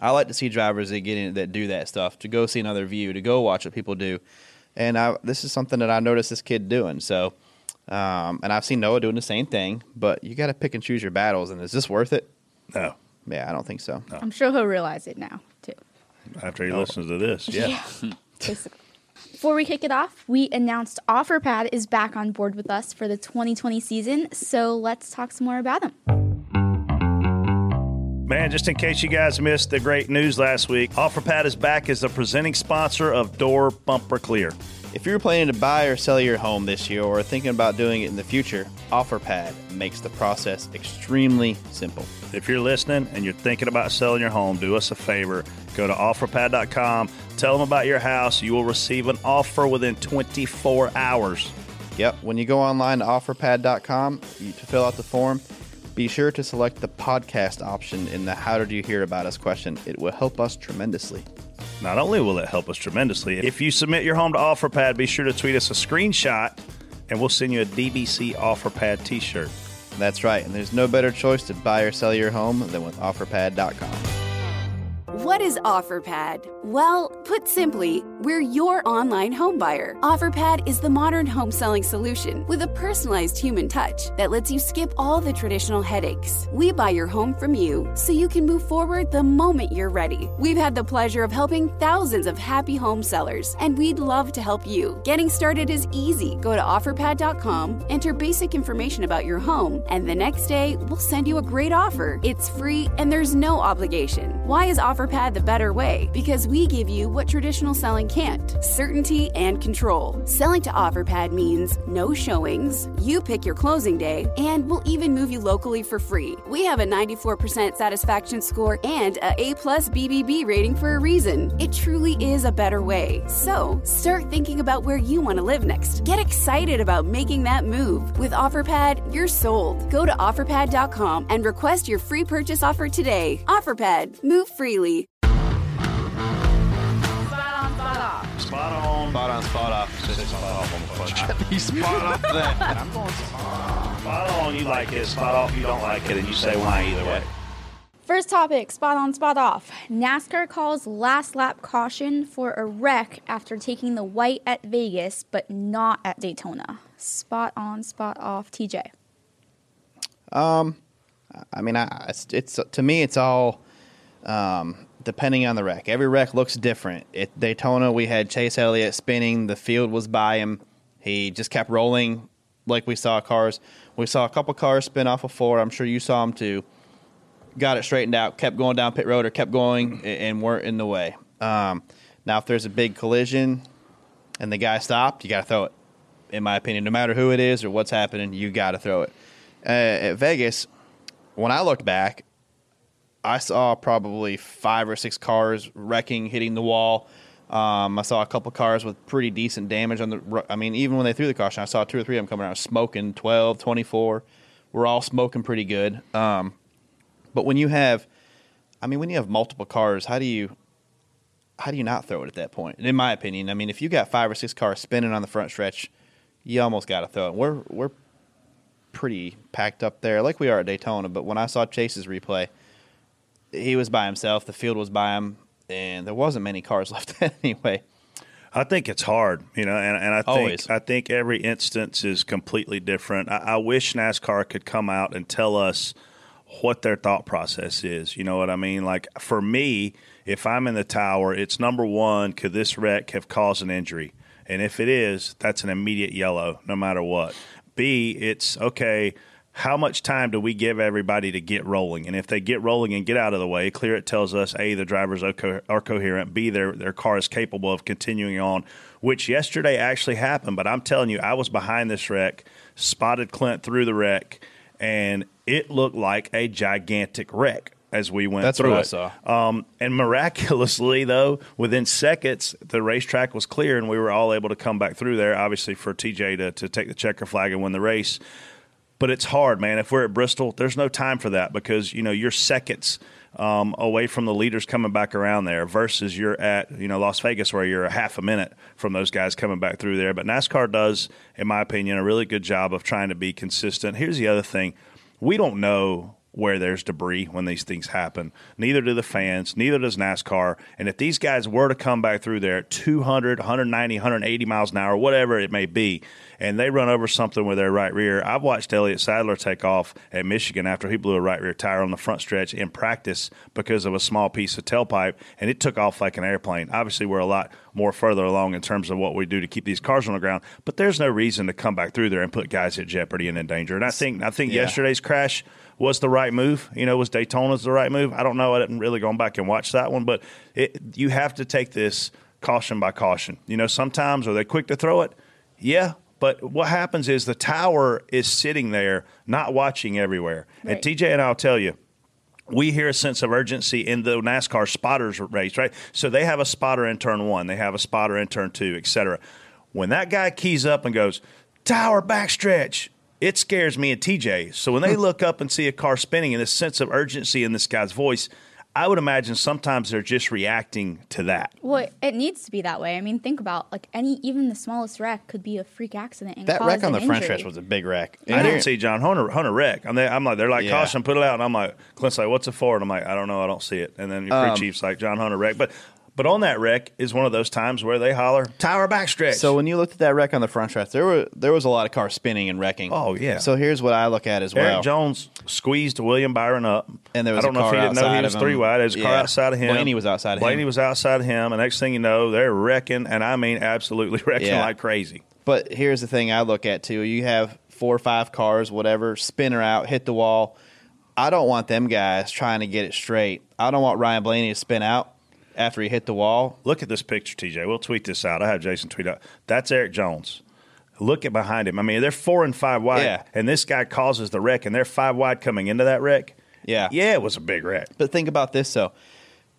Speaker 3: I like to see drivers that get in that do that stuff to go see another view, to go watch what people do. And I, this is something that I noticed this kid doing. So, um, and I've seen Noah doing the same thing. But you got to pick and choose your battles. And is this worth it?
Speaker 5: no,
Speaker 3: Yeah, I don't think so.
Speaker 2: I'm sure he'll realize it now, too.
Speaker 5: after he listens to this, yeah.
Speaker 2: Basically. Before we kick it off, we announced OfferPad is back on board with us for the 2020 season, so let's talk some more about them.
Speaker 5: Man, just in case you guys missed the great news last week, OfferPad is back as the presenting sponsor of Door Bumper Clear.
Speaker 3: If you're planning to buy or sell your home this year or thinking about doing it in the future, OfferPad makes the process extremely simple.
Speaker 5: If you're listening and you're thinking about selling your home, do us a favor. Go to offerpad.com, tell them about your house. You will receive an offer within 24 hours.
Speaker 3: Yep. When you go online to offerpad.com you, to fill out the form, be sure to select the podcast option in the How Did You Hear About Us question. It will help us tremendously.
Speaker 5: Not only will it help us tremendously, if you submit your home to OfferPad, be sure to tweet us a screenshot and we'll send you a DBC OfferPad t shirt.
Speaker 3: That's right. And there's no better choice to buy or sell your home than with offerpad.com.
Speaker 7: What is OfferPad? Well, put simply, we're your online home buyer. OfferPad is the modern home selling solution with a personalized human touch that lets you skip all the traditional headaches. We buy your home from you so you can move forward the moment you're ready. We've had the pleasure of helping thousands of happy home sellers, and we'd love to help you. Getting started is easy. Go to offerpad.com, enter basic information about your home, and the next day we'll send you a great offer. It's free and there's no obligation. Why is OfferPad the better way? Because we give you what traditional selling can't certainty and control. Selling to OfferPad means no showings, you pick your closing day, and we'll even move you locally for free. We have a 94% satisfaction score and a A plus BBB rating for a reason. It truly is a better way. So start thinking about where you want to live next. Get excited about making that move. With OfferPad, you're sold. Go to OfferPad.com and request your free purchase offer today. OfferPad, move freely.
Speaker 5: Spot on.
Speaker 3: Spot on, spot off. He's spot off that.
Speaker 5: Spot on, you like it. Spot off, you don't like it. And you say why either way.
Speaker 2: First topic spot on, spot off. NASCAR calls last lap caution for a wreck after taking the white at Vegas, but not at Daytona. Spot on, spot off, TJ.
Speaker 3: I mean, I, it's, it's to me, it's all um, depending on the wreck. Every wreck looks different. At Daytona, we had Chase Elliott spinning. The field was by him. He just kept rolling, like we saw cars. We saw a couple cars spin off a four. I'm sure you saw them too. Got it straightened out. Kept going down pit road, or kept going, a- and weren't in the way. Um, now, if there's a big collision and the guy stopped, you got to throw it. In my opinion, no matter who it is or what's happening, you got to throw it. Uh, at Vegas, when I looked back, I saw probably five or six cars wrecking, hitting the wall. Um, I saw a couple cars with pretty decent damage on the. ro- I mean, even when they threw the caution, I saw two or three of them coming around smoking 12, 24. We're all smoking pretty good. Um, but when you have, I mean, when you have multiple cars, how do you how do you not throw it at that point? And in my opinion, I mean, if you got five or six cars spinning on the front stretch, you almost got to throw it. We're we're pretty packed up there, like we are at Daytona. But when I saw Chase's replay, he was by himself. The field was by him, and there wasn't many cars left anyway.
Speaker 5: I think it's hard, you know, and, and I think
Speaker 3: Always.
Speaker 5: I think every instance is completely different. I, I wish NASCAR could come out and tell us what their thought process is. You know what I mean? Like for me, if I'm in the tower, it's number one: could this wreck have caused an injury? And if it is, that's an immediate yellow, no matter what. B, it's okay. How much time do we give everybody to get rolling? And if they get rolling and get out of the way, clear it tells us A, the drivers are, co- are coherent, B, their, their car is capable of continuing on, which yesterday actually happened. But I'm telling you, I was behind this wreck, spotted Clint through the wreck, and it looked like a gigantic wreck as we went
Speaker 3: That's
Speaker 5: through
Speaker 3: what I
Speaker 5: it.
Speaker 3: saw.
Speaker 5: Um, and miraculously, though, within seconds, the racetrack was clear and we were all able to come back through there, obviously, for TJ to, to take the checker flag and win the race. But it's hard, man. If we're at Bristol, there's no time for that because, you know, you're seconds um, away from the leaders coming back around there versus you're at, you know, Las Vegas where you're a half a minute from those guys coming back through there. But NASCAR does, in my opinion, a really good job of trying to be consistent. Here's the other thing we don't know where there's debris when these things happen. Neither do the fans, neither does NASCAR. And if these guys were to come back through there at 200, 190, 180 miles an hour, whatever it may be, and they run over something with their right rear, I've watched Elliott Sadler take off at Michigan after he blew a right rear tire on the front stretch in practice because of a small piece of tailpipe, and it took off like an airplane. Obviously, we're a lot more further along in terms of what we do to keep these cars on the ground, but there's no reason to come back through there and put guys at jeopardy and in danger. And I think I think yesterday's crash was the right move. You know, was Daytona's the right move? I don't know. I didn't really go back and watch that one, but it, you have to take this caution by caution. You know, sometimes are they quick to throw it? Yeah. But what happens is the tower is sitting there, not watching everywhere.
Speaker 2: Right.
Speaker 5: And TJ and I'll tell you, we hear a sense of urgency in the NASCAR spotters race, right? So they have a spotter in turn one, they have a spotter in turn two, et cetera. When that guy keys up and goes, tower backstretch, it scares me and TJ. So when they look up and see a car spinning and this sense of urgency in this guy's voice, I would imagine sometimes they're just reacting to that.
Speaker 2: Well, it needs to be that way. I mean, think about like any even the smallest wreck could be a freak accident and
Speaker 3: That
Speaker 2: cause
Speaker 3: wreck on
Speaker 2: an
Speaker 3: the front
Speaker 2: injury.
Speaker 3: stretch was a big wreck.
Speaker 5: I didn't see John Hunter Hunter wreck. I'm, there, I'm like they're like
Speaker 3: Yeah.
Speaker 5: caution, put it out. And I'm like Clint's like what's it for? And I'm like I don't know, I don't see it. And then your
Speaker 3: Um,
Speaker 5: crew chief's like John Hunter wreck. But but on that wreck is one of those times where they holler tower backstretch.
Speaker 3: So when you looked at that wreck on the front stretch, there were there was a lot of cars spinning and wrecking.
Speaker 5: Oh, yeah.
Speaker 3: So here's what I look at as
Speaker 5: Eric
Speaker 3: well.
Speaker 5: Jones squeezed William Byron up,
Speaker 3: And there was
Speaker 5: I don't
Speaker 3: a
Speaker 5: know if he
Speaker 3: car
Speaker 5: didn't know
Speaker 3: outside
Speaker 5: he was
Speaker 3: of him.
Speaker 5: three wide. There's a car
Speaker 3: Yeah.
Speaker 5: outside of him.
Speaker 3: Blaney was outside of him.
Speaker 5: Blaney was outside of him. And next thing you know, they're wrecking, and I mean absolutely wrecking
Speaker 3: Yeah.
Speaker 5: like crazy.
Speaker 3: But here's the thing I look at too. You have four or five cars, whatever, spinner out, hit the wall. I don't want them guys trying to get it straight. I don't want Ryan Blaney to spin out after he hit the wall.
Speaker 5: Look at this picture, TJ. We'll tweet this out. I have Jason tweet out. That's Eric Jones. Look at behind him. I mean, they're four and five wide,
Speaker 3: Yeah.
Speaker 5: and this guy causes the wreck, and they're five wide coming into that wreck.
Speaker 3: Yeah.
Speaker 5: yeah, it was a big wreck.
Speaker 3: But think about this though.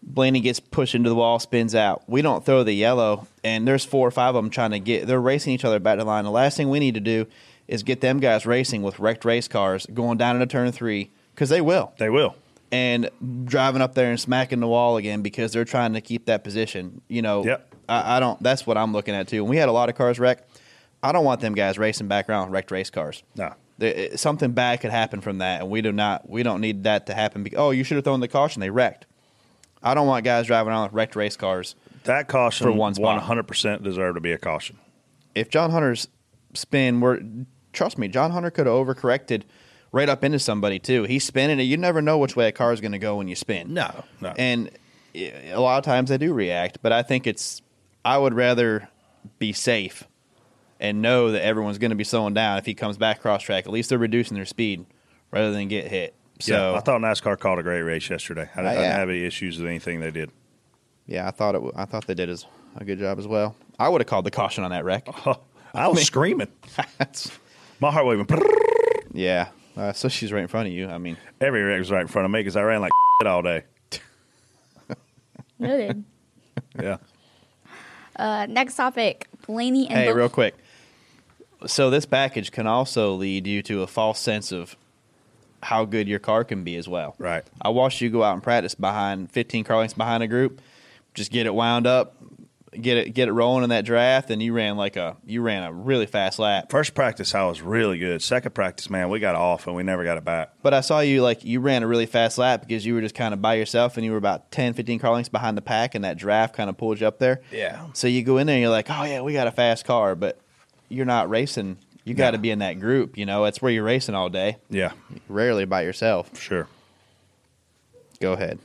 Speaker 3: Blaney gets pushed into the wall, spins out. We don't throw the yellow, and there's four or five of them trying to get. They're racing each other back to the line. The last thing we need to do is get them guys racing with wrecked race cars going down into turn three because they will.
Speaker 5: They will.
Speaker 3: and driving up there and smacking the wall again because they're trying to keep that position. You know,
Speaker 5: Yep.
Speaker 3: I, I don't. That's what I'm looking at too. And we had a lot of cars wrecked. I don't want them guys racing back around wrecked race cars.
Speaker 5: No.
Speaker 3: There- it- something bad could happen from that, and we do not. We don't need that to happen. Because, oh, you should have thrown the caution. They wrecked. I don't want guys driving around with wrecked race cars.
Speaker 5: That caution
Speaker 3: For one spot.
Speaker 5: 100% deserved to be a caution.
Speaker 3: If John Hunter's spin were, trust me, John Hunter could have overcorrected right up into somebody too. He's spinning it. You never know which way a car is going to go when you spin.
Speaker 5: No, no.
Speaker 3: And a lot of times they do react, but I think it's I would rather be safe and know that everyone's going to be slowing down if he comes back cross track. At least they're reducing their speed rather than get hit. So
Speaker 5: yeah, I thought NASCAR called a great race yesterday. I, I
Speaker 3: Uh,
Speaker 5: didn't
Speaker 3: yeah.
Speaker 5: have any issues with anything they did.
Speaker 3: yeah, I thought it. w- I thought they did as a good job as well. I would have called the caution on that wreck.
Speaker 5: Oh. I was screaming.
Speaker 3: That's-
Speaker 5: My heart went
Speaker 3: yeah. Uh, so she's right in front of you. I mean,
Speaker 5: every wreck was right in front of me because I ran like all day.
Speaker 2: Noted.
Speaker 5: Yeah.
Speaker 2: Uh, next topic: Blaney and
Speaker 3: hey,
Speaker 2: Bo-
Speaker 3: real quick. So this package can also lead you to a false sense of how good your car can be as well.
Speaker 5: Right.
Speaker 3: I watched you go out and practice behind 15 car lengths behind a group, just get it wound up, get it get it rolling in that draft, and you ran like a you ran a really fast lap.
Speaker 5: First practice, I was really good. Second practice, man, we got off and we never got it back.
Speaker 3: But I saw you like you ran a really fast lap because you were just kind of by yourself and you were about 10, 15 car lengths behind the pack, and that draft kind of pulled you up there.
Speaker 5: Yeah.
Speaker 3: So you go in there and you're like, oh yeah, we got a fast car, but you're not racing. You got to be in that group. You know, that's where you're racing all day.
Speaker 5: Yeah,
Speaker 3: Rarely by yourself.
Speaker 5: sure.
Speaker 3: Go ahead.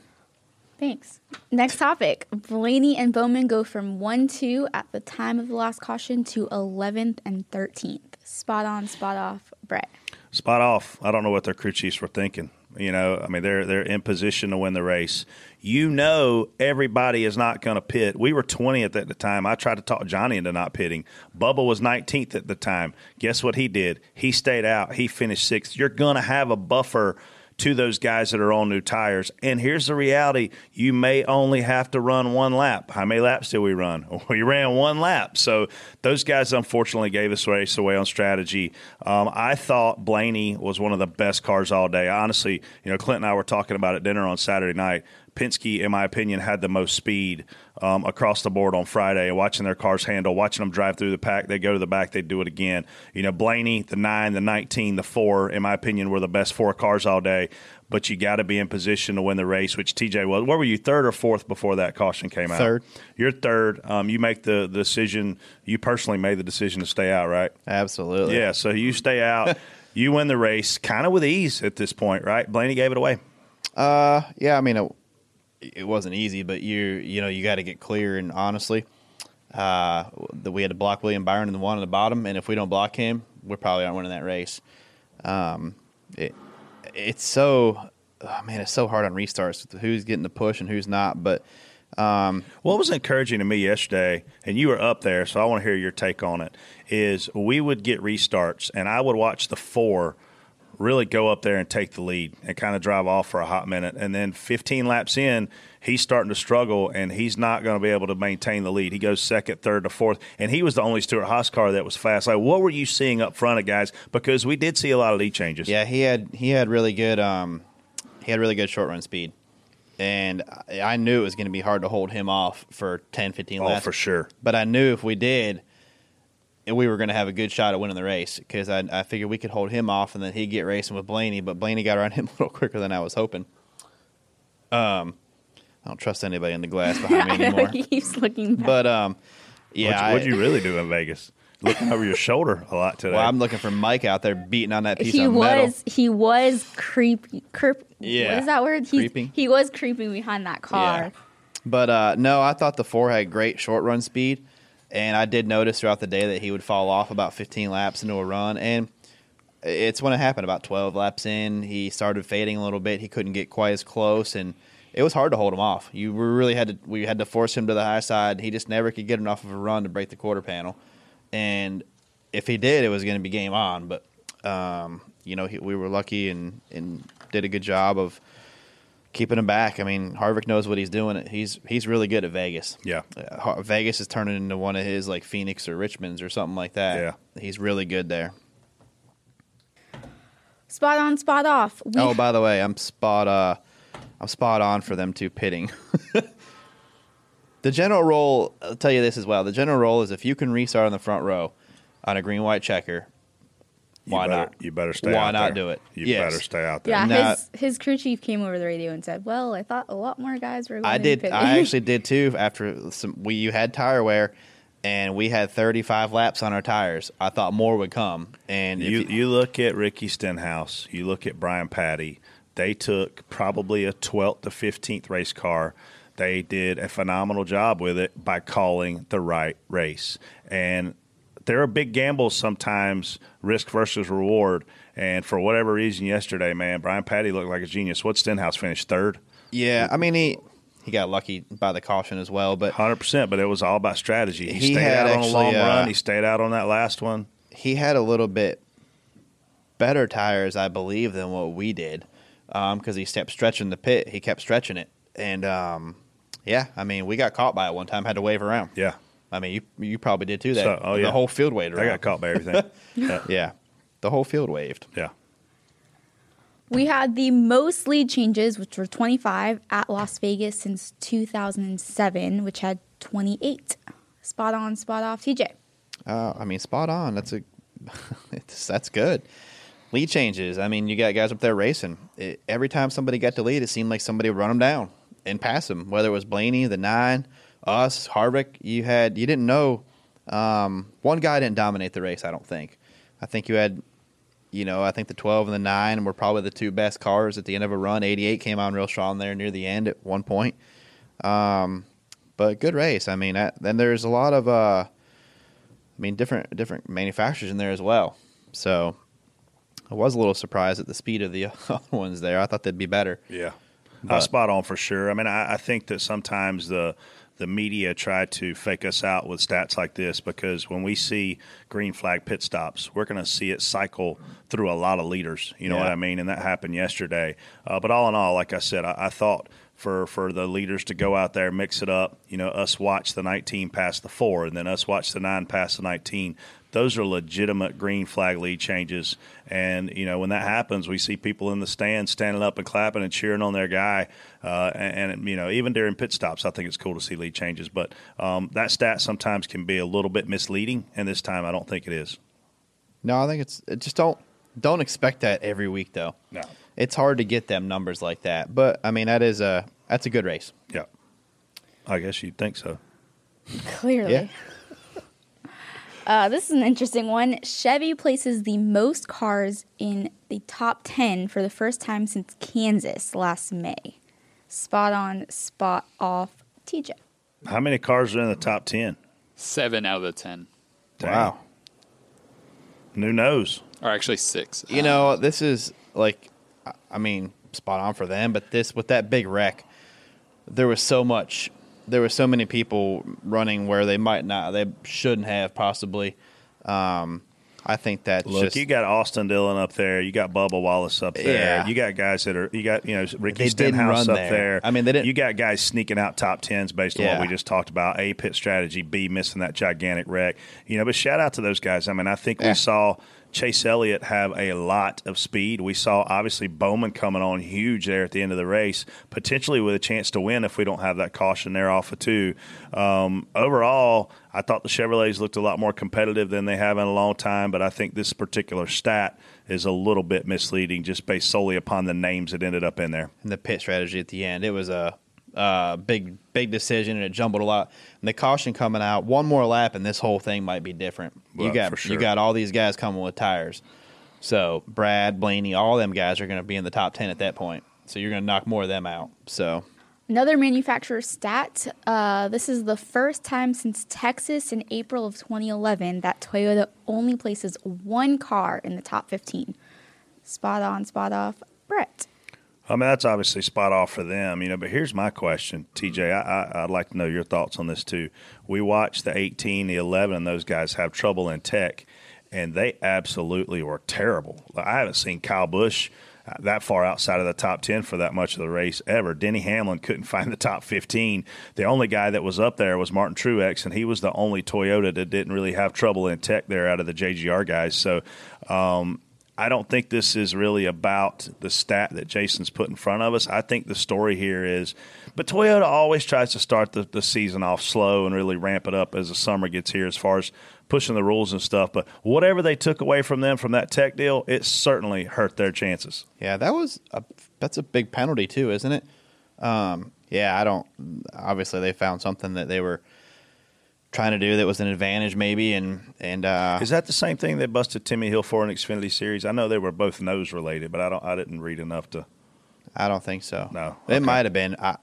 Speaker 2: Thanks. Next topic. Blaney and Bowman go from 1 2 at the time of the last caution to 11th and 13th. Spot on, spot off, Brett.
Speaker 5: Spot off. I don't know what their crew chiefs were thinking. You know, I mean, they're they're in position to win the race. You know, everybody is not going to pit. We were twentieth at the time. I tried to talk Johnny into not pitting. Bubba was nineteenth at the time. Guess what he did? He stayed out. He finished sixth. You're going to have a buffer to those guys that are on new tires. And here's the reality: you may only have to run one lap. How many laps did we run? We ran one lap. So those guys unfortunately gave us race away on strategy. Um, I thought Blaney was one of the best cars all day. Honestly, you know, Clint and I were talking about at dinner on Saturday night. Penske, in my opinion, had the most speed um, across the board on Friday. Watching their cars handle, watching them drive through the pack, they go to the back, they do it again. You know, Blaney, the nine, the nineteen, the four, in my opinion, were the best four cars all day. But you got to be in position to win the race, which TJ was. Where were you, third or fourth before that caution came out?
Speaker 3: Third.
Speaker 5: You're third. Um, you make the, the decision. You personally made the decision to stay out, right?
Speaker 3: Absolutely.
Speaker 5: Yeah. So you stay out. you win the race, kind of with ease at this point, right? Blaney gave it away.
Speaker 3: yeah, I mean, it, it wasn't easy, but you you know you got to get clear and honestly, uh, that we had to block William Byron in the one on the bottom, and if we don't block him, we probably aren't winning that race. Um, it it's so oh man, it's so hard on restarts. with Who's getting the push and who's not? But
Speaker 5: What was encouraging to me yesterday, and you were up there, so I want to hear your take on it, is we would get restarts, and I would watch the four really go up there and take the lead and kind of drive off for a hot minute. And then 15 laps in, he's starting to struggle, and he's not going to be able to maintain the lead. He goes second, third, to fourth, and he was the only Stuart Haas car that was fast. Like, what were you seeing up front of guys? Because we did see a lot of lead changes.
Speaker 3: Yeah, he had he had really good um, he had really good short run speed, and I, I knew it was going to be hard to hold him off for 10, 15
Speaker 5: Oh,
Speaker 3: laps
Speaker 5: for sure.
Speaker 3: But I knew if we did, we were going to have a good shot at winning the race because I, I figured we could hold him off and then he'd get racing with Blaney. But Blaney got around him a little quicker than I was hoping. Um, I don't trust anybody in the glass behind me
Speaker 2: I know
Speaker 3: anymore.
Speaker 2: he keeps looking back.
Speaker 3: but um, yeah,
Speaker 5: What'd,
Speaker 3: I-
Speaker 5: you- what'd you really do in Vegas? Looking over your shoulder a lot today.
Speaker 3: well, I'm looking for Mike out there beating on that piece
Speaker 2: he
Speaker 3: of metal.
Speaker 2: was he was creepy creep
Speaker 3: Yeah.
Speaker 2: what is that word He's-
Speaker 3: Creeping.
Speaker 2: he was creeping behind that car
Speaker 3: But uh, no, I thought the four had great short run speed, and I did notice throughout the day that he would fall off about 15 laps into a run, and it's when it happened. About 12 laps in, he started fading a little bit. He couldn't get quite as close, and it was hard to hold him off. You really had to we had to force him to the high side. He just never could get enough of a run to break the quarter panel, and if he did, it was going to be game on. But um, you know, he, we were lucky and and did a good job of keeping him back. I mean, Harvick knows what he's doing. He's he's really good at Vegas.
Speaker 5: Yeah.
Speaker 3: Uh, Har- Vegas is turning into one of his like Phoenix or Richmond's or something like that.
Speaker 5: Yeah.
Speaker 3: he's really good there.
Speaker 2: spot on spot off we,
Speaker 3: Oh, by the way, I'm spot uh, I'm spot on for them two pitting. the general rule, I'll tell you this as well. The general rule is if you can restart on the front row on a green white checker,
Speaker 5: You
Speaker 3: why
Speaker 5: better,
Speaker 3: not?
Speaker 5: You better stay
Speaker 3: Why
Speaker 5: out
Speaker 3: not
Speaker 5: there.
Speaker 3: do it?
Speaker 5: You
Speaker 3: Yes.
Speaker 5: better stay out there.
Speaker 2: yeah
Speaker 3: Now-
Speaker 2: his his crew chief came over the radio and said well i thought a lot more guys were
Speaker 3: I
Speaker 2: gonna be
Speaker 3: did.
Speaker 2: pitting."
Speaker 3: I actually did too. After some, we you had tire wear, and we had 35 laps on our tires. I thought more would come, and if
Speaker 5: You
Speaker 3: you,
Speaker 5: you look at Ricky Stenhouse, you look at Brian Patty. They took probably a 12th to 15th race car. They did a phenomenal job with it by calling the right race. And there are big gambles sometimes, risk versus reward. And for whatever reason, yesterday, man, Brian Patty looked like a genius. What Stenhouse finished third,
Speaker 3: yeah, I mean he he got lucky by the caution as well, but
Speaker 5: hundred percent. But it was all about strategy. He,
Speaker 3: He
Speaker 5: stayed out
Speaker 3: had
Speaker 5: on a
Speaker 3: actually,
Speaker 5: long
Speaker 3: uh,
Speaker 5: run. He stayed out on that last one.
Speaker 3: he had a little bit better tires, I believe, than what we did, because he kept stretching the pit. He kept stretching it, and um, yeah, I mean we got caught by it one time. Had to wave around.
Speaker 5: Yeah,
Speaker 3: I mean you you probably did too. That
Speaker 5: So- oh,
Speaker 3: the
Speaker 5: yeah.
Speaker 3: whole field waved
Speaker 5: I
Speaker 3: around.
Speaker 5: got caught by everything. yeah.
Speaker 3: Yeah, the whole field waved.
Speaker 5: yeah.
Speaker 2: We had the most lead changes, which were 25, at Las Vegas since 2007, which had 28. Spot on, spot off, TJ.
Speaker 3: Uh, I mean, spot on. That's a it's, that's good. Lead changes. I mean, you got guys up there racing. It, every time somebody got the lead, it seemed like somebody would run them down and pass them. Whether it was Blaney, the nine, us, Harvick, you had you didn't know. Um, one guy didn't dominate the race. I don't think. I think you had, you know, I think the twelve and the nine were probably the two best cars at the end of a run. Eighty eight came on real strong there near the end at one point. Um, but good race. I mean, I, then there's a lot of. Uh, I mean, different different manufacturers in there as well. So I was a little surprised at the speed of the other ones there. I thought they'd be better.
Speaker 5: Yeah, uh, spot on for sure. I mean, I, I think that sometimes the the media try to fake us out with stats like this because when we see green flag pit stops, we're going to see it cycle through a lot of leaders. You know
Speaker 3: Yeah.
Speaker 5: what I mean? And that happened yesterday. Uh, but all in all, like I said, I, I thought for for the leaders to go out there, mix it up. You know, us watch the 19 pass the four, and then us watch the nine pass the 19. Those are legitimate green flag lead changes, and you know when that happens, we see people in the stands standing up and clapping and cheering on their guy. Uh, and, and you know even during pit stops, I think it's cool to see lead changes. But um, that stat sometimes can be a little bit misleading, and this time I don't think it is.
Speaker 3: No, I think it's it just don't don't expect that every week though.
Speaker 5: No.
Speaker 3: it's hard to get them numbers like that. But I mean, that is a that's a good race.
Speaker 5: Yeah, I guess you'd think so.
Speaker 2: Clearly.
Speaker 3: Yeah.
Speaker 2: Uh, this is an interesting one. Chevy places the most cars in the top 10 for the first time since Kansas last May. Spot on, spot off, TJ.
Speaker 5: How many cars are in the top ten?
Speaker 4: Seven out of the ten,
Speaker 5: Wow. Who knows?
Speaker 4: or actually six.
Speaker 3: You know, this is like, I- I mean, spot on for them. But this with that big wreck, there was so much, there were so many people running where they might not, they shouldn't have possibly. Um, I think that's
Speaker 5: Look,
Speaker 3: just
Speaker 5: you got Austin Dillon up there. You got Bubba Wallace up there.
Speaker 3: Yeah.
Speaker 5: You got guys that are. You got you know Ricky
Speaker 3: They didn't
Speaker 5: Stenhouse
Speaker 3: run
Speaker 5: up
Speaker 3: there.
Speaker 5: there.
Speaker 3: I mean, they didn't-
Speaker 5: You got guys sneaking out top tens based on
Speaker 3: Yeah.
Speaker 5: what we just talked about. A pit strategy. B missing that gigantic wreck. You know, but shout out to those guys. I mean, I think
Speaker 3: Yeah.
Speaker 5: we saw. Chase Elliott have a lot of speed. We saw obviously Bowman coming on huge there at the end of the race, potentially with a chance to win if we don't have that caution there off of two. Um, overall, I thought the Chevrolets looked a lot more competitive than they have in a long time, but I think this particular stat is a little bit misleading just based solely upon the names that ended up in there.
Speaker 3: and the pit strategy at the end. It was a, a big, big decision, and it jumbled a lot. And the caution coming out, one more lap, and this whole thing might be different. you
Speaker 5: Well,
Speaker 3: got
Speaker 5: for sure.
Speaker 3: you got all these guys coming with tires. So Brad Blaney, all them guys are going to be in the top ten at that point. So you're going to knock more of them out. So
Speaker 2: Another manufacturer stat. Uh, this is the first time since Texas in April of 2011 that Toyota only places one car in the top 15. Spot on, spot off, Brett.
Speaker 5: I mean, that's obviously spot off for them, you know. But here's my question, TJ. I, I, I'd like to know your thoughts on this too. We watched the 18, the 11, and those guys have trouble in tech, and they absolutely were terrible. Like, I haven't seen Kyle Busch uh, that far outside of the top 10 for that much of the race ever. Denny Hamlin couldn't find the top 15. The only guy that was up there was Martin Truex, and he was the only Toyota that didn't really have trouble in tech there out of the JGR guys. So, um, I don't think this is really about the stat that Jason's put in front of us. I think the story here is, but Toyota always tries to start the, the season off slow and really ramp it up as the summer gets here as far as pushing the rules and stuff. But whatever they took away from them from that tech deal, it certainly hurt their chances.
Speaker 3: yeah, that was a that's a big penalty too, isn't it? Um, yeah, I don't. Obviously, they found something that they were trying to do that was an advantage, maybe, and and uh,
Speaker 5: Is that the same thing that busted Timmy Hill for in Xfinity Series? I know they were both nose related, but I don't. I didn't read enough to.
Speaker 3: I don't think so.
Speaker 5: No.
Speaker 3: it
Speaker 5: Okay.
Speaker 3: might have been. I,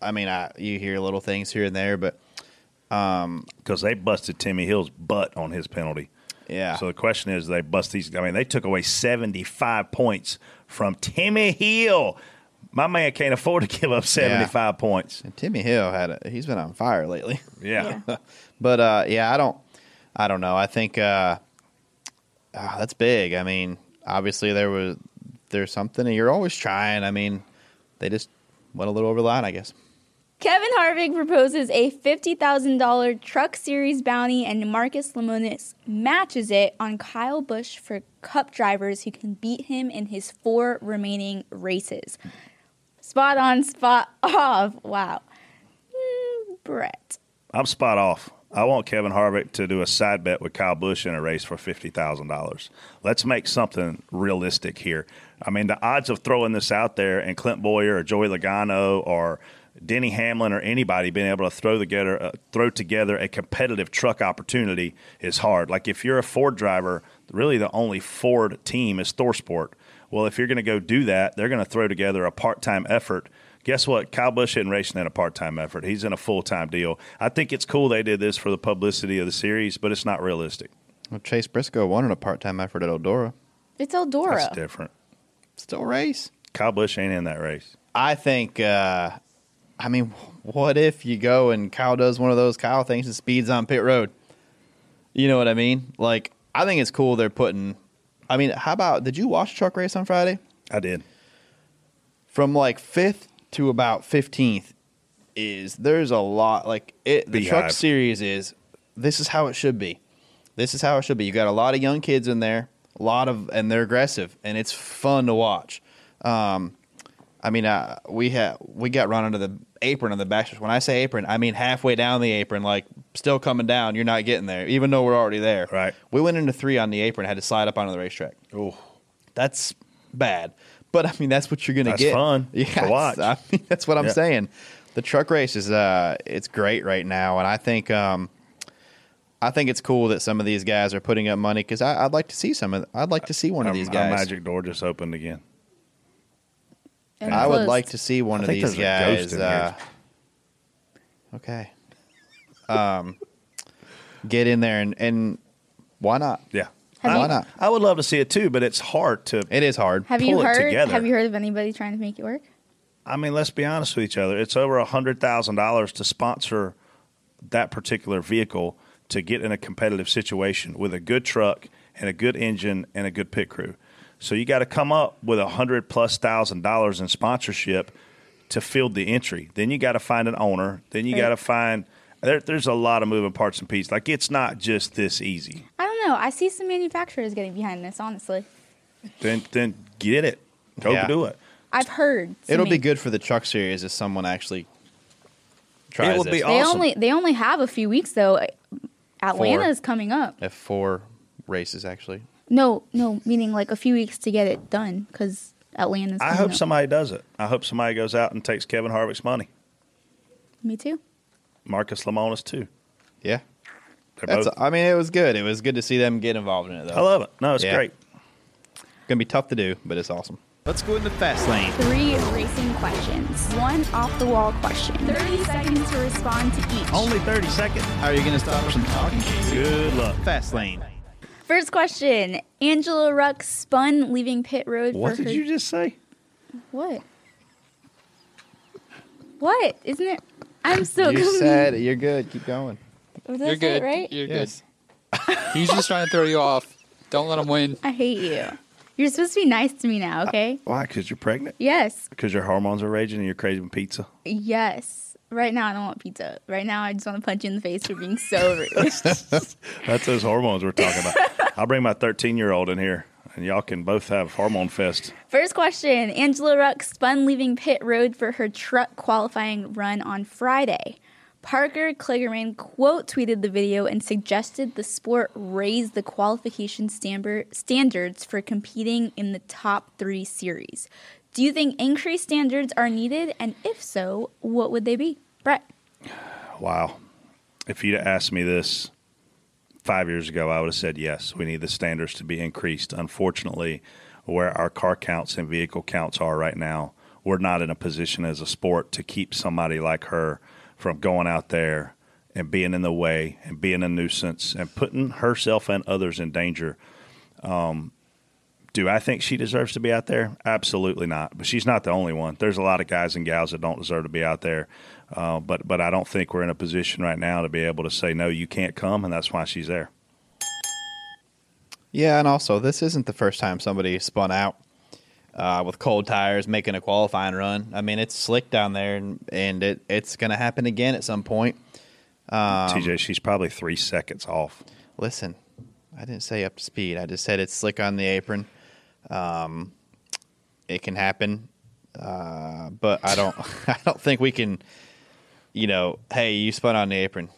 Speaker 3: I mean, I you hear little things here and there, but
Speaker 5: because they busted Timmy Hill's butt on his penalty.
Speaker 3: Yeah.
Speaker 5: So the question is, they bust these. I mean, they took away seventy five points from Timmy Hill. My man can't afford to give up seventy five points.
Speaker 3: and Timmy Hill had a, he's been on fire lately.
Speaker 5: Yeah.
Speaker 3: but uh, yeah, I don't, I don't know. I think uh, ah, that's big. I mean, obviously there was there's something, and you're always trying. I mean, they just went a little over the line, I guess.
Speaker 2: Kevin Harvick proposes a $50,000 Truck Series bounty, and Marcus Lemonis matches it on Kyle Busch for Cup drivers who can beat him in his four remaining races. Spot on, spot off. Wow. Mm, Brett.
Speaker 5: I'm spot off. I want Kevin Harvick to do a side bet with Kyle Busch in a race for fifty thousand dollars. Let's make something realistic here. I mean, the odds of throwing this out there and Clint Boyer or Joey Logano or Denny Hamlin or anybody being able to throw together uh, throw together a competitive truck opportunity is hard. Like if you're a Ford driver, really the only Ford team is Thorsport. Well, if you're going to go do that, they're going to throw together a part time effort guess what? Kyle Busch isn't racing in a part time effort. He's in a full time deal. I think it's cool they did this for the publicity of the series, but it's not realistic.
Speaker 3: Well, Chase Briscoe won in a part time effort at Eldora.
Speaker 2: It's Eldora.
Speaker 5: That's different.
Speaker 3: Still race.
Speaker 5: Kyle Busch ain't in that race.
Speaker 3: I think. Uh, I mean, what if you go and Kyle does one of those Kyle things and speeds on pit road? You know what I mean? Like, I think it's cool they're putting. I mean, how about did you watch truck race on Friday?
Speaker 5: I did.
Speaker 3: From like fifth to about 15th is there's a lot like it the
Speaker 5: Beehive.
Speaker 3: truck series is this is how it should be this is how it should be you got a lot of young kids in there a lot of and they're aggressive and it's fun to watch um i mean uh, we had we got run under the apron on the back stretch. when i say apron i mean halfway down the apron like still coming down you're not getting there even though we're already there
Speaker 5: Right.
Speaker 3: we went into three on the apron had to slide up onto the racetrack
Speaker 5: Oh,
Speaker 3: that's bad. But I mean, that's what you're going to
Speaker 5: That's
Speaker 3: get.
Speaker 5: fun to
Speaker 3: Yeah, it's-
Speaker 5: watch.
Speaker 3: I mean, that's what I'm
Speaker 5: Yeah.
Speaker 3: saying. The truck race is uh, it's great right now, and I think um, I think it's cool that some of these guys are putting up money because I'd like to see some of. I'd like to see one of these guys.
Speaker 5: magic door just opened again.
Speaker 2: And
Speaker 3: I would
Speaker 2: closed.
Speaker 3: like to see one
Speaker 5: I
Speaker 3: of
Speaker 5: think
Speaker 3: these
Speaker 5: there's a
Speaker 3: guys.
Speaker 5: ghost in
Speaker 3: uh, okay. Um, get in there and and why not?
Speaker 5: Yeah.
Speaker 2: Have
Speaker 5: I,
Speaker 3: you- Why not?
Speaker 5: I would love to see it too, but it's hard to.
Speaker 3: It is hard.
Speaker 2: Have you
Speaker 5: pull it
Speaker 2: heard?
Speaker 5: together.
Speaker 2: Have you heard of anybody trying to make it work?
Speaker 5: I mean, let's be honest with each other. It's over a hundred thousand dollars to sponsor that particular vehicle to get in a competitive situation with a good truck and a good engine and a good pit crew. So you got to come up with a hundred plus thousand dollars in sponsorship to field the entry. Then you got to find an owner. Then you
Speaker 2: Right.
Speaker 5: got to find. There, there's a lot of moving parts and pieces. Like it's not just this easy.
Speaker 2: I don't know. I see some manufacturers getting behind this. Honestly,
Speaker 5: Then then get it. Go
Speaker 3: Yeah.
Speaker 5: do it.
Speaker 2: I've heard. some
Speaker 3: It'll be
Speaker 2: man-
Speaker 3: good for the truck series if someone actually tries.
Speaker 5: it would
Speaker 3: this.
Speaker 5: be
Speaker 2: They
Speaker 5: awesome.
Speaker 2: only they only have a few weeks though. Atlanta
Speaker 3: Four.
Speaker 2: is coming up.
Speaker 3: F four races actually.
Speaker 2: No, no, meaning like a few weeks to get it done because Atlanta's.
Speaker 5: I
Speaker 2: coming
Speaker 5: hope
Speaker 2: up.
Speaker 5: somebody does it. I hope somebody goes out and takes Kevin Harvick's money.
Speaker 2: Me too.
Speaker 5: Marcus Lemonis too.
Speaker 3: Yeah,
Speaker 5: They're
Speaker 3: that's.
Speaker 5: both-
Speaker 3: I mean, it was good. It was good to see them get involved in it though.
Speaker 5: I love it. No, it's
Speaker 3: Yeah.
Speaker 5: great.
Speaker 3: It's gonna be tough to do, but it's awesome. Let's go in the fast lane.
Speaker 2: Three racing questions. One off the wall question. Thirty seconds to respond to each.
Speaker 3: Only thirty seconds. How are you gonna stop us from talking?
Speaker 5: Good luck.
Speaker 3: Fast lane.
Speaker 2: First question: Angela Ruck spun leaving pit road.
Speaker 5: What
Speaker 2: for
Speaker 5: did
Speaker 2: her-
Speaker 5: you just say?
Speaker 2: What? What? Isn't it? I'm so
Speaker 3: You
Speaker 2: confused.
Speaker 3: said you're good. Keep going.
Speaker 2: Was
Speaker 4: You're
Speaker 2: that it,
Speaker 4: good.
Speaker 2: right?
Speaker 4: You're
Speaker 3: Yes.
Speaker 4: good. He's just trying to throw you off. Don't let him win.
Speaker 2: I hate you. You're supposed to be nice to me now, okay?
Speaker 5: Why? Because you're pregnant?
Speaker 2: Yes.
Speaker 5: Because your hormones are raging and you're craving pizza?
Speaker 2: Yes. Right now, I don't want pizza. Right now, I just want to punch you in the face for being so rude.
Speaker 5: That's those hormones we're talking about. I'll bring my 13 year old in here and y'all can both have hormone fest.
Speaker 2: First question Angela Ruck spun leaving pit road for her truck qualifying run on Friday. Parker Kligerman quote tweeted the video and suggested the sport raise the qualification stamber- standards for competing in the top three series. Do you think increased standards are needed? And if so, what would they be? Brett.
Speaker 5: Wow. If you'd asked me this five years ago, I would have said yes. We need the standards to be increased. Unfortunately, where our car counts and vehicle counts are right now, we're not in a position as a sport to keep somebody like her from going out there and being in the way and being a nuisance and putting herself and others in danger. Do I think she deserves to be out there? Absolutely not. But she's not the only one. There's a lot of guys and gals that don't deserve to be out there. Uh, but but I don't think we're in a position right now to be able to say no, you can't come, and that's why she's there.
Speaker 3: Yeah, and also this isn't the first time somebody spun out uh, with cold tires, making a qualifying run. I mean, it's slick down there, and, and it, it's going to happen again at some point.
Speaker 5: TJ, she's probably three seconds off.
Speaker 3: Listen, I didn't say up to speed. I just said it's slick on the apron. Um, it can happen, uh, but I don't. I don't think we can. You know, hey, you spun on the apron.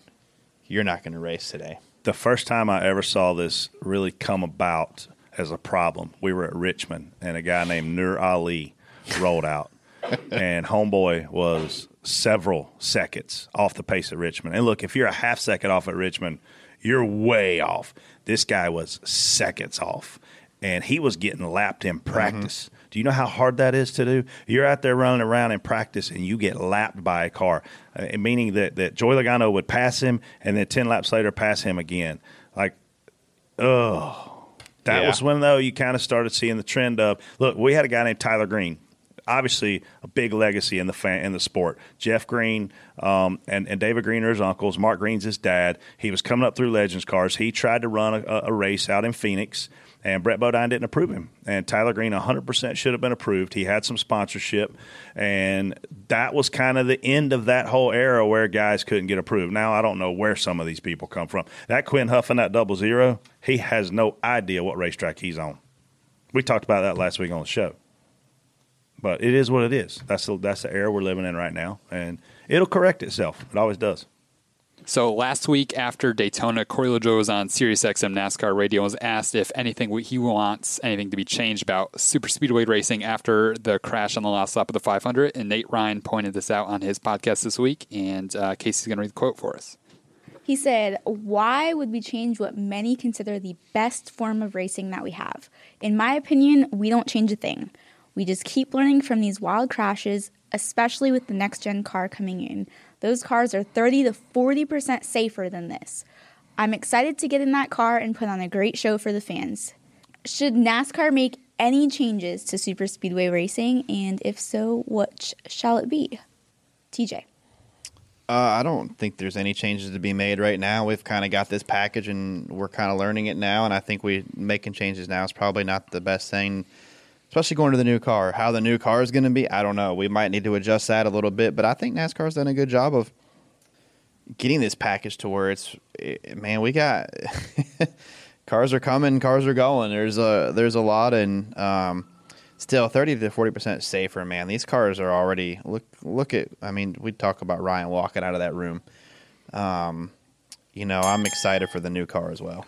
Speaker 3: You're not going to race today.
Speaker 5: the first time I ever saw this really come about as a problem, we were at Richmond and a guy named Nur Ali rolled out. and homeboy was several seconds off the pace at Richmond. And look, if you're a half second off at Richmond, you're way off. This guy was seconds off. And he was getting lapped in practice. Do you know how hard that is to do? You're out there running around in practice and you get lapped by a car, uh, meaning that, that Joy Logano would pass him and then 10 laps later pass him again. Like, that
Speaker 3: Yeah.
Speaker 5: was when though you kind of started seeing the trend of look. We had a guy named Tyler Green, obviously a big legacy in the fan, in the sport. Jeff Green um, and and David Green are his uncles. Mark Green's his dad. He was coming up through Legends cars. He tried to run a, a race out in Phoenix. And Brett Bodine didn't approve him. And Tyler Green 100% should have been approved. He had some sponsorship. And that was kind of the end of that whole era where guys couldn't get approved. Now, I don't know where some of these people come from. That Quinn Huff and that double zero, he has no idea what racetrack he's on. We talked about that last week on the show. But it is what it is. That's the, that's the era we're living in right now, and it'll correct itself. It always does.
Speaker 4: So last week after Daytona, Corey LaJoie was on SiriusXM NASCAR radio and was asked if anything we- he wants anything to be changed about super speedway racing after the crash on the last lap of the 500. And Nate Ryan pointed this out on his podcast this week, and uh, Casey's going to read the quote for us.
Speaker 2: He said, Why would we change what many consider the best form of racing that we have? In my opinion, we don't change a thing. We just keep learning from these wild crashes, especially with the next gen car coming in. Those cars are 30 to 40% safer than this. I'm excited to get in that car and put on a great show for the fans. Should NASCAR make any changes to super speedway racing? And if so, what sh- shall it be? TJ.
Speaker 3: Uh, I don't think there's any changes to be made right now. We've kind of got this package and we're kind of learning it now. And I think we making changes now is probably not the best thing, especially going to the new car. How the new car is going to be, I don't know. We might need to adjust that a little bit. But I think NASCAR's done a good job of getting this package to where it's eh, man, we got cars are coming, cars are going. There's a there's a lot and um, still thirty to forty percent safer. Man, these cars are already look look at. I mean, we talk about Ryan walking out of that room. Um, you know, I'm excited for the new car as well.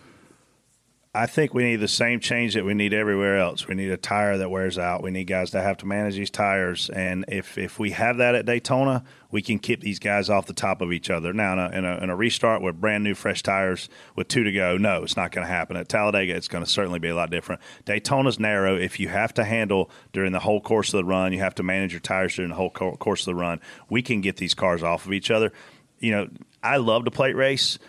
Speaker 5: I think we need the same change that we need everywhere else. We need a tire that wears out. We need guys that have to manage these tires. And if, if we have that at Daytona, we can keep these guys off the top of each other. Now, in a, in a, in a restart with brand new, fresh tires with two to go, no, it's not going to happen. At Talladega, it's going to certainly be a lot different. Daytona's narrow. If you have to handle during the whole course of the run, you have to manage your tires during the whole co- course of the run, we can get these cars off of each other. You know, I love to plate race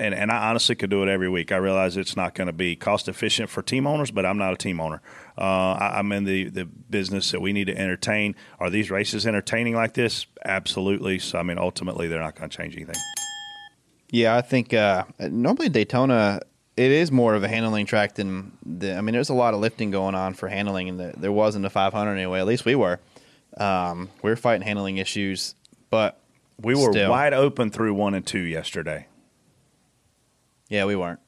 Speaker 5: and, and I honestly could do it every week. I realize it's not going to be cost efficient for team owners, but I'm not a team owner. Uh, I, I'm in the, the business that we need to entertain. Are these races entertaining like this? Absolutely. So, I mean, ultimately, they're not going to change anything.
Speaker 3: Yeah, I think uh, normally Daytona it is more of a handling track than the. I mean, there's a lot of lifting going on for handling, and the, there wasn't a 500 anyway. At least we were. Um, we were fighting handling issues, but
Speaker 5: We were
Speaker 3: Still.
Speaker 5: wide open through one and two yesterday.
Speaker 3: yeah, we weren't.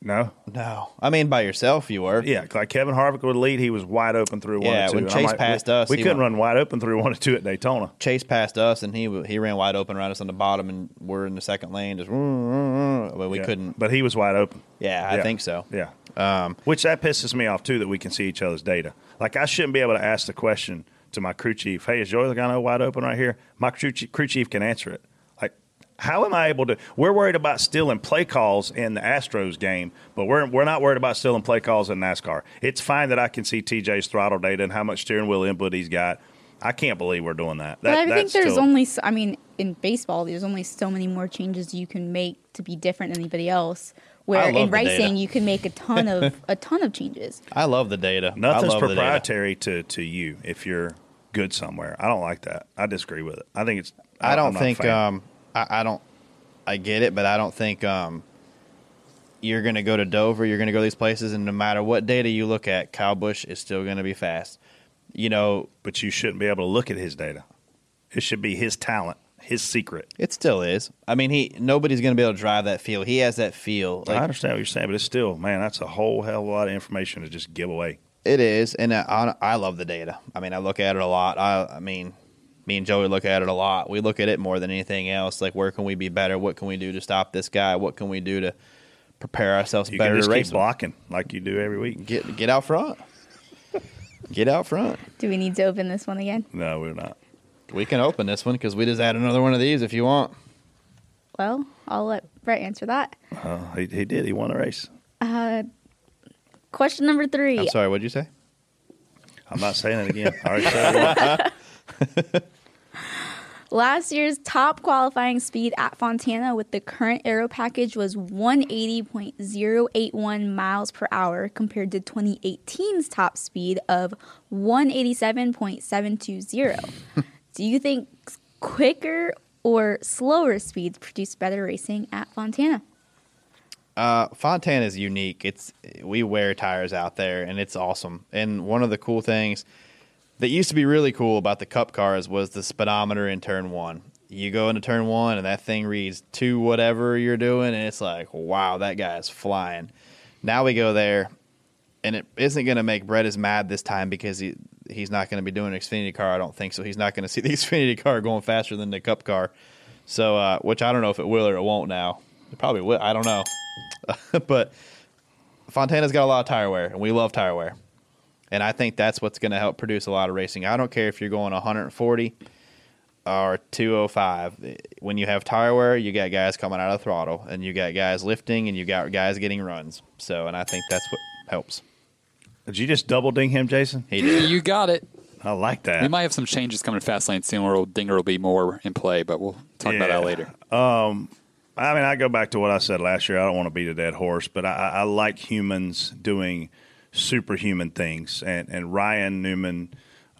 Speaker 5: No?
Speaker 3: No, I mean by yourself you were.
Speaker 5: Yeah. Like Kevin Harvick would lead, he was wide open through one
Speaker 3: Yeah,
Speaker 5: and two.
Speaker 3: when
Speaker 5: And I'm
Speaker 3: Chase
Speaker 5: like,
Speaker 3: passed
Speaker 5: we,
Speaker 3: us,
Speaker 5: we
Speaker 3: he
Speaker 5: couldn't
Speaker 3: went-
Speaker 5: run wide open through one and two at Daytona.
Speaker 3: Chase passed us, and he he ran wide open around us on the bottom, and we're in the second lane. Just but we
Speaker 5: Yeah.
Speaker 3: couldn't.
Speaker 5: But he was wide open.
Speaker 3: Yeah, I think so.
Speaker 5: Yeah. um, Which that pisses me off too that we can see each other's data. Like I shouldn't be able to ask the question to my crew chief, "Hey, is Joey Logano wide open right here?" My crew chief, crew chief can answer it. Like, how am I able to? We're worried about stealing play calls in the Astros game, but we're we're not worried about stealing play calls in NASCAR. It's fine that I can see TJ's throttle data and how much steering wheel input he's got. I can't believe we're doing that. that
Speaker 2: But I think
Speaker 5: that's
Speaker 2: there's
Speaker 5: still-
Speaker 2: only, so, I mean, in baseball, there's only so many more changes you can make to be different than anybody else. Where
Speaker 3: I love
Speaker 2: in
Speaker 3: the data.
Speaker 2: racing, you can make a ton of a ton of changes.
Speaker 3: I love the data.
Speaker 5: Nothing's
Speaker 3: I love the data.
Speaker 5: proprietary to, to you if you're good somewhere. I don't like that. I disagree with it. I think um, it's.
Speaker 3: I
Speaker 5: I'm
Speaker 3: don't
Speaker 5: not a
Speaker 3: think.
Speaker 5: fan.
Speaker 3: Um, I, I don't. I get it, but I don't think. Um, you're going to go to Dover, you're going to go to these places, and no matter what data you look at, Kyle Busch is still going to be fast. You know,
Speaker 5: But you shouldn't be able to look at his data. It should be his talent, his secret.
Speaker 3: it still is. I mean, he nobody's going to be able to drive that feel. He has that feel.
Speaker 5: I
Speaker 3: Like,
Speaker 5: understand what you're saying, but it's still, man, that's a whole hell of a lot of information to just give away.
Speaker 3: It is, and I- I, I love the data. I mean, I look at it a lot. I, I mean, me and Joey look at it a lot. We look at it more than anything else. Like, where can we be better? What can we do to stop this guy? What can we do to prepare ourselves
Speaker 5: You
Speaker 3: better
Speaker 5: can
Speaker 3: to
Speaker 5: just
Speaker 3: race?
Speaker 5: keep
Speaker 3: him?
Speaker 5: blocking like you do every week.
Speaker 3: Get get out front. get out front.
Speaker 2: Do we need to open this one again?
Speaker 5: No, we're not.
Speaker 3: We can open this one because we just add another one of these if you want.
Speaker 2: Well, I'll let Brett answer that.
Speaker 5: Uh, he, he did. He won the race.
Speaker 2: Question number three.
Speaker 3: I'm sorry. What'd you say?
Speaker 5: I'm not saying it again. I already said it once.
Speaker 2: Last year's top qualifying speed at Fontana with the current aero package was 180.081 miles per hour compared to 2018's top speed of 187.720. Do you think quicker or slower speeds produce better racing at Fontana?
Speaker 3: Fontana Uh, is unique. It's we wear tires out there, and it's awesome. And one of the cool things that used to be really cool about the Cup cars was the speedometer in turn one. You go into turn one, and that thing reads two whatever you're doing, and it's like, wow, that guy is flying. Now we go there, and it isn't going to make Brett as mad this time because he he's not going to be doing an Xfinity car. I don't think so. He's not going to see the Xfinity car going faster than the Cup car. So, uh, which I don't know if it will or it won't. Now it probably will. I don't know but Fontana's got a lot of tire wear, and we love tire wear. And I think that's what's going to help produce a lot of racing. I don't care if you're going 140 or 205. When you have tire wear, you got guys coming out of throttle, and you got guys lifting, and you got guys getting runs. So, and I think that's what helps.
Speaker 5: Did you just double ding him, Jason?
Speaker 3: He did.
Speaker 4: You got it.
Speaker 5: I like
Speaker 4: We
Speaker 5: that.
Speaker 4: might have some changes coming to Fastlane soon where old Dinger will be more in play, but we'll talk about
Speaker 5: Yeah.
Speaker 4: that later.
Speaker 5: I mean, I go back to what I said last year. I don't want to beat a dead horse, but I, I I like humans doing superhuman things. And, and Ryan Newman,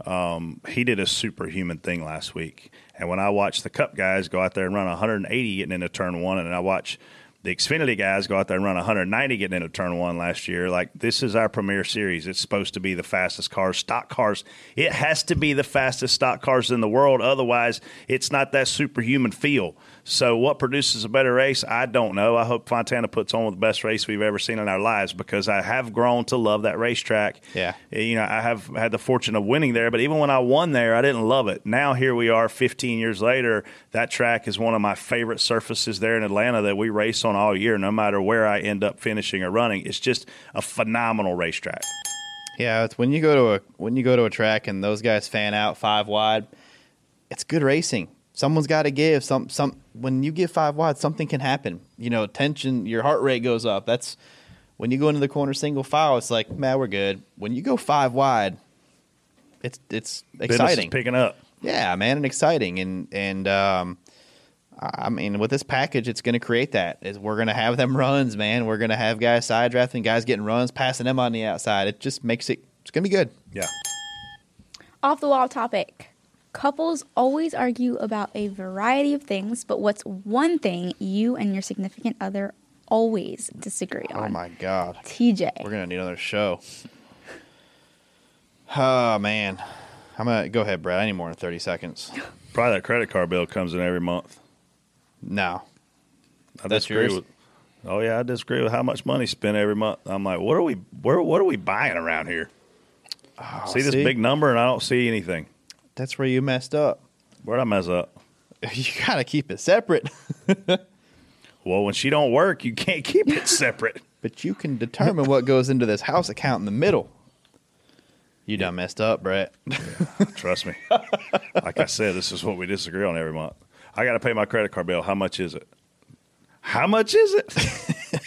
Speaker 5: um, he did a superhuman thing last week. And when I watch the Cup guys go out there and run 180 getting into turn one, and I watch the Xfinity guys go out there and run 190 getting into turn one last year, like this is our premier series. It's supposed to be the fastest cars, stock cars. It has to be the fastest stock cars in the world. Otherwise, it's not that superhuman feel. So, what produces a better race? I don't know. I hope Fontana puts on the best race we've ever seen in our lives because I have grown to love that racetrack
Speaker 3: Yeah.
Speaker 5: Eh, you know, I have had the fortune of winning there, but even when I won there, I didn't love it. Now here we are 15 years later. That track is one of my favorite surfaces there in Atlanta that we race on all year, no matter where I end up finishing or running. It's just a phenomenal racetrack.
Speaker 3: Yeah, it's when you go to a when you go to a track and those guys fan out five wide, it's good racing. Someone's got to give some some when you give five wide, something can happen. You know, tension, your heart rate goes up. That's when you go into the corner single file. It's like, man, we're good. When you go five wide, it's it's
Speaker 5: Business is
Speaker 3: exciting.
Speaker 5: picking up.
Speaker 3: Yeah, man, and exciting, and and um, I I mean, with this package, it's going to create that. Is we're going to have them runs, man. We're going to have guys side drafting, guys getting runs, passing them on the outside. It just makes it. It's going to be good.
Speaker 5: Yeah.
Speaker 2: Off the wall topic. Couples always argue about a variety of things, but what's one thing you and your significant other always disagree on?
Speaker 3: Oh my god,
Speaker 2: TJ.
Speaker 3: we're going to need another show. Oh man, I'm gonna go ahead, Brad. I need more than thirty seconds.
Speaker 5: Probably that credit card bill comes in every month.
Speaker 3: No,
Speaker 5: I
Speaker 3: That's
Speaker 5: disagree
Speaker 3: yours?
Speaker 5: with. Oh yeah, I disagree with how much money spent every month. I'm like, what are we? Where? What are we buying around here? see this
Speaker 3: Ah, see?
Speaker 5: big number, and I don't see anything.
Speaker 3: that's where you messed up.
Speaker 5: Where'd I mess up?
Speaker 3: You gotta keep it separate,
Speaker 5: Well, when she don't work, you can't keep it separate.
Speaker 3: but you can determine what goes into this house account in the middle. You done messed up, Brett.
Speaker 5: Trust me. like I said, this is what we disagree on every month. I got to pay my credit card bill. How much is it? How much is it?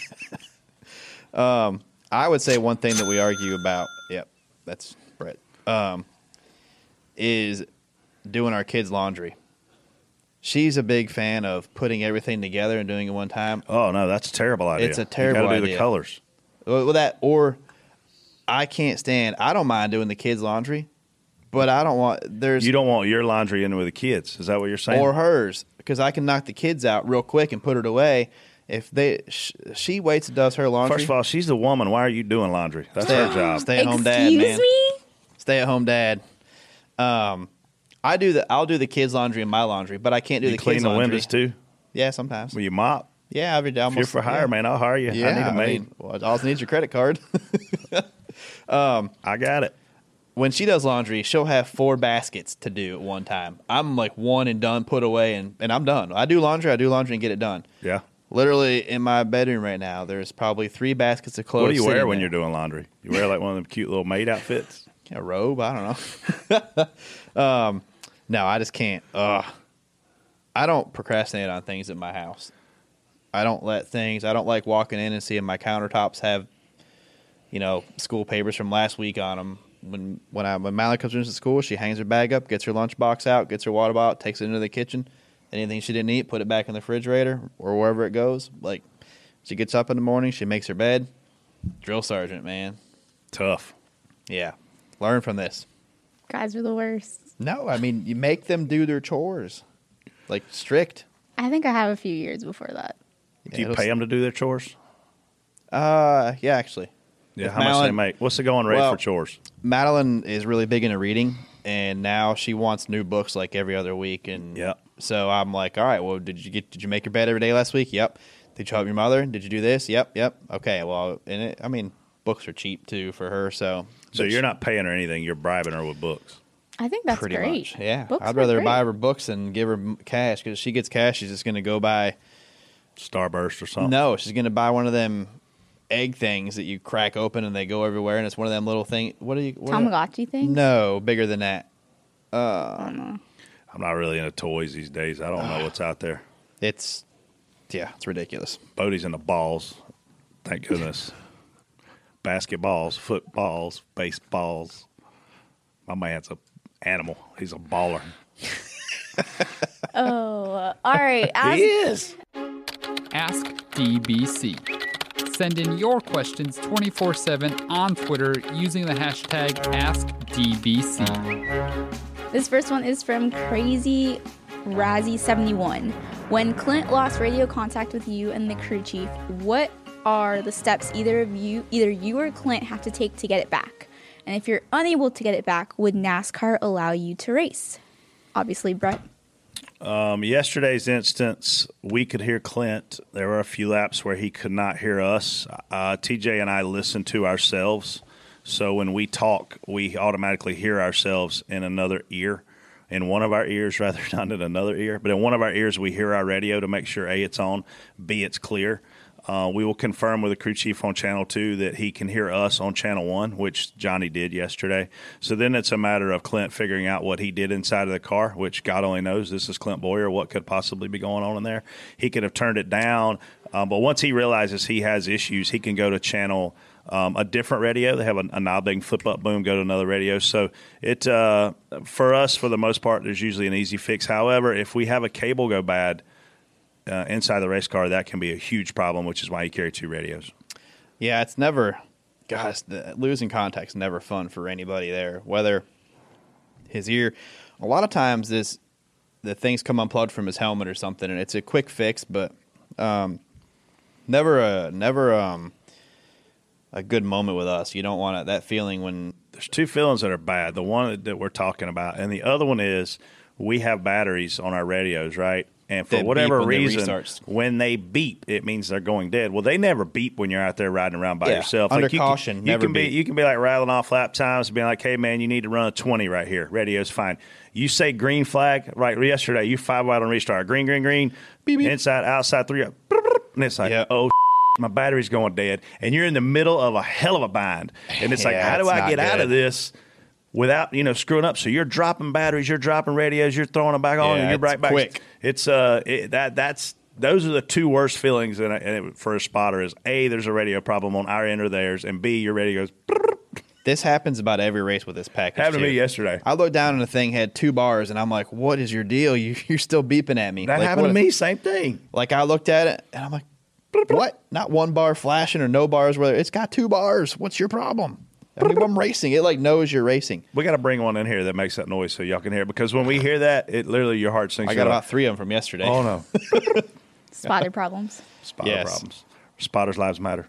Speaker 3: I would say one thing that we argue about. Yep, that's Brett. Um, is doing our kids' laundry. She's a big fan of putting everything together and doing it one time.
Speaker 5: oh no, that's a terrible idea.
Speaker 3: It's a terrible
Speaker 5: you gotta do
Speaker 3: idea.
Speaker 5: the colors.
Speaker 3: Well, well, that or I can't stand. I don't mind doing the kids' laundry, but I don't want there's
Speaker 5: You don't want your laundry in with the kids. Is that what you're saying?
Speaker 3: or hers because I can knock the kids out real quick and put it away. If they sh- she waits and does her laundry,
Speaker 5: First of all, she's the woman. Why are you doing laundry? That's
Speaker 3: stay,
Speaker 5: her job.
Speaker 3: Stay at home dad,
Speaker 2: Excuse
Speaker 3: man.
Speaker 2: me?
Speaker 3: Stay at home dad. Um, I do the I'll do the kids laundry and my laundry, but I can't do
Speaker 5: You
Speaker 3: the
Speaker 5: clean
Speaker 3: kids
Speaker 5: the
Speaker 3: laundry.
Speaker 5: windows too.
Speaker 3: Yeah, sometimes.
Speaker 5: Will you mop?
Speaker 3: yeah, every day.
Speaker 5: If
Speaker 3: Almost,
Speaker 5: you're for hire,
Speaker 3: yeah.
Speaker 5: man, I'll hire you.
Speaker 3: Yeah,
Speaker 5: I need a maid. I,
Speaker 3: mean, well, I also need your credit card.
Speaker 5: got it.
Speaker 3: when she does laundry, she'll have four baskets to do at one time. I'm like one and done, put away, and, and I'm done. I do laundry, I do laundry and get it done.
Speaker 5: Yeah.
Speaker 3: Literally in my bedroom right now, there's probably three baskets of clothes.
Speaker 5: What do you wear
Speaker 3: sitting
Speaker 5: when
Speaker 3: there.
Speaker 5: you're doing laundry? You wear like one of them cute little maid outfits.
Speaker 3: a robe? I don't know. um, no, I just can't. Ugh. I don't procrastinate on things at my house. I don't let things. I don't like walking in and seeing my countertops have, you know, school papers from last week on them. When when I when Mallory comes into school, she hangs her bag up, gets her lunchbox out, gets her water bottle, takes it into the kitchen. Anything she didn't eat, put it back in the refrigerator or wherever it goes. Like she gets up in the morning, she makes her bed. Drill sergeant, man.
Speaker 5: Tough.
Speaker 3: Yeah. Learn from this.
Speaker 2: Guys are the worst.
Speaker 3: No, I mean you make them do their chores, like strict.
Speaker 2: I think I have a few years before that.
Speaker 5: Do you
Speaker 3: it'll-
Speaker 5: pay them to do their chores?
Speaker 3: Uh, yeah, actually,
Speaker 5: Yeah.
Speaker 3: If
Speaker 5: How much do they
Speaker 3: Malin-
Speaker 5: make? What's the going rate
Speaker 3: Well-
Speaker 5: for chores?
Speaker 3: Madeline is really big into reading, and now she wants new books like every other week. And
Speaker 5: Yep.
Speaker 3: so I'm like, all right, well, did you get did you make your bed every day last week? Yep. Did you help your mother? Did you do this? Yep, yep. Okay, well, and it, I mean, books are cheap too for her, so
Speaker 5: So you're not paying her anything. You're bribing her with books.
Speaker 2: I think that's
Speaker 3: pretty
Speaker 2: great.
Speaker 3: much. Yeah,
Speaker 2: Books
Speaker 3: I'd
Speaker 2: were
Speaker 3: rather
Speaker 2: great.
Speaker 3: buy her books than give her m- cash because she gets cash, she's just going to go buy.
Speaker 5: Starburst or something.
Speaker 3: No, she's gonna buy one of them egg things that you crack open and they go everywhere, and it's one of them little thing. What are you? What are-
Speaker 2: Tamagotchi thing.
Speaker 3: No, bigger than that.
Speaker 5: I'm not really into toys these days. I don't know what's out there.
Speaker 3: It's yeah, it's ridiculous.
Speaker 5: Bodie's into balls. Thank goodness. Basketballs, footballs, baseballs. My man's a animal. He's a baller.
Speaker 2: All right. Oh, As,
Speaker 5: is.
Speaker 4: Ask DBC. Send in your questions 24 7 on Twitter using the hashtag AskDBC.
Speaker 2: This first one is from Crazy Razzie71. When Clint lost radio contact with you and the crew chief, what are the steps either of you, either you or Clint, have to take to get it back? And if you're unable to get it back, would NASCAR allow you to race? Obviously, Brett.
Speaker 5: Um, yesterday's instance, we could hear Clint. There were a few laps where he could not hear us. Uh, TJ and I listen to ourselves. So when we talk, we automatically hear ourselves in another ear, in one of our ears, rather not in another ear, but in one of our ears, we hear our radio to make sure A, it's on, B, it's clear. Uh, we will confirm with the crew chief on channel two that he can hear us on channel one, which Johnny did yesterday. So then it's a matter of Clint figuring out what he did inside of the car, which God only knows. This is Clint Boyer. What could possibly be going on in there? He could have turned it down. Um, but once he realizes he has issues, he can go to channel um, a different radio. They have a, a knob they can flip up, boom, go to another radio. So it uh, for us, for the most part, there's usually an easy fix. However, if we have a cable go bad, uh, inside the race car, that can be a huge problem, which is why you carry two radios.
Speaker 3: Yeah, it's never. Gosh, the, losing contact's never fun for anybody there. Whether his ear, a lot of times this the things come unplugged from his helmet or something, and it's a quick fix, but um, never a never um a good moment with us. You don't want to, that feeling when
Speaker 5: There's two feelings that are bad. The one that we're talking about, and the other one is we have batteries on our radios, right? And for
Speaker 3: That beep
Speaker 5: whatever
Speaker 3: when they
Speaker 5: reason,
Speaker 3: restarts.
Speaker 5: when they beep, it means they're going dead. Well, they never beep when you're out there riding around by
Speaker 3: Yeah,
Speaker 5: yourself.
Speaker 3: under
Speaker 5: you
Speaker 3: caution,
Speaker 5: can, you
Speaker 3: never
Speaker 5: can be
Speaker 3: beep.
Speaker 5: you can be like rattling off lap times, being like, "Hey man, you need to run a 20 right here. Radio's fine." You say green flag, right? Yesterday, you five wide on restart, green, green, green, inside, outside, three, up, and it's like,
Speaker 3: Yeah.
Speaker 5: "Oh my battery's going dead and you're in the middle of a hell of a bind and it's like
Speaker 3: Yeah,
Speaker 5: how do
Speaker 3: it's
Speaker 5: i
Speaker 3: not
Speaker 5: get out of
Speaker 3: good.
Speaker 5: this without you know screwing up so you're dropping batteries you're dropping radios you're throwing them back on
Speaker 3: Yeah,
Speaker 5: and you're
Speaker 3: it's
Speaker 5: right back
Speaker 3: quick.
Speaker 5: it's uh it, that that's those are the two worst feelings in a, in a- for a spotter is a there's a radio problem on our end or theirs and b your radio's
Speaker 3: This happens about every race with this package.
Speaker 5: happened to
Speaker 3: too.
Speaker 5: me yesterday
Speaker 3: I looked down and the thing had two bars, and I'm like, "What is your deal? You, you're still beeping at me."
Speaker 5: that
Speaker 3: Like,
Speaker 5: happened to
Speaker 3: what-
Speaker 5: me same thing
Speaker 3: Like I looked at it and I'm like, "What? Not one bar flashing or no bars? Whether it's got two bars. What's your problem?" I mean, I'm racing. It like knows you're racing.
Speaker 5: we got to bring one in here that makes that noise so y'all can hear it because when we hear that it literally your heart sinks
Speaker 3: I got
Speaker 5: You're
Speaker 3: about
Speaker 5: like,
Speaker 3: three of them from yesterday.
Speaker 5: oh no
Speaker 2: Spotter problems.
Speaker 5: Spotter
Speaker 3: Yes.
Speaker 5: problems. Spotters' lives matter.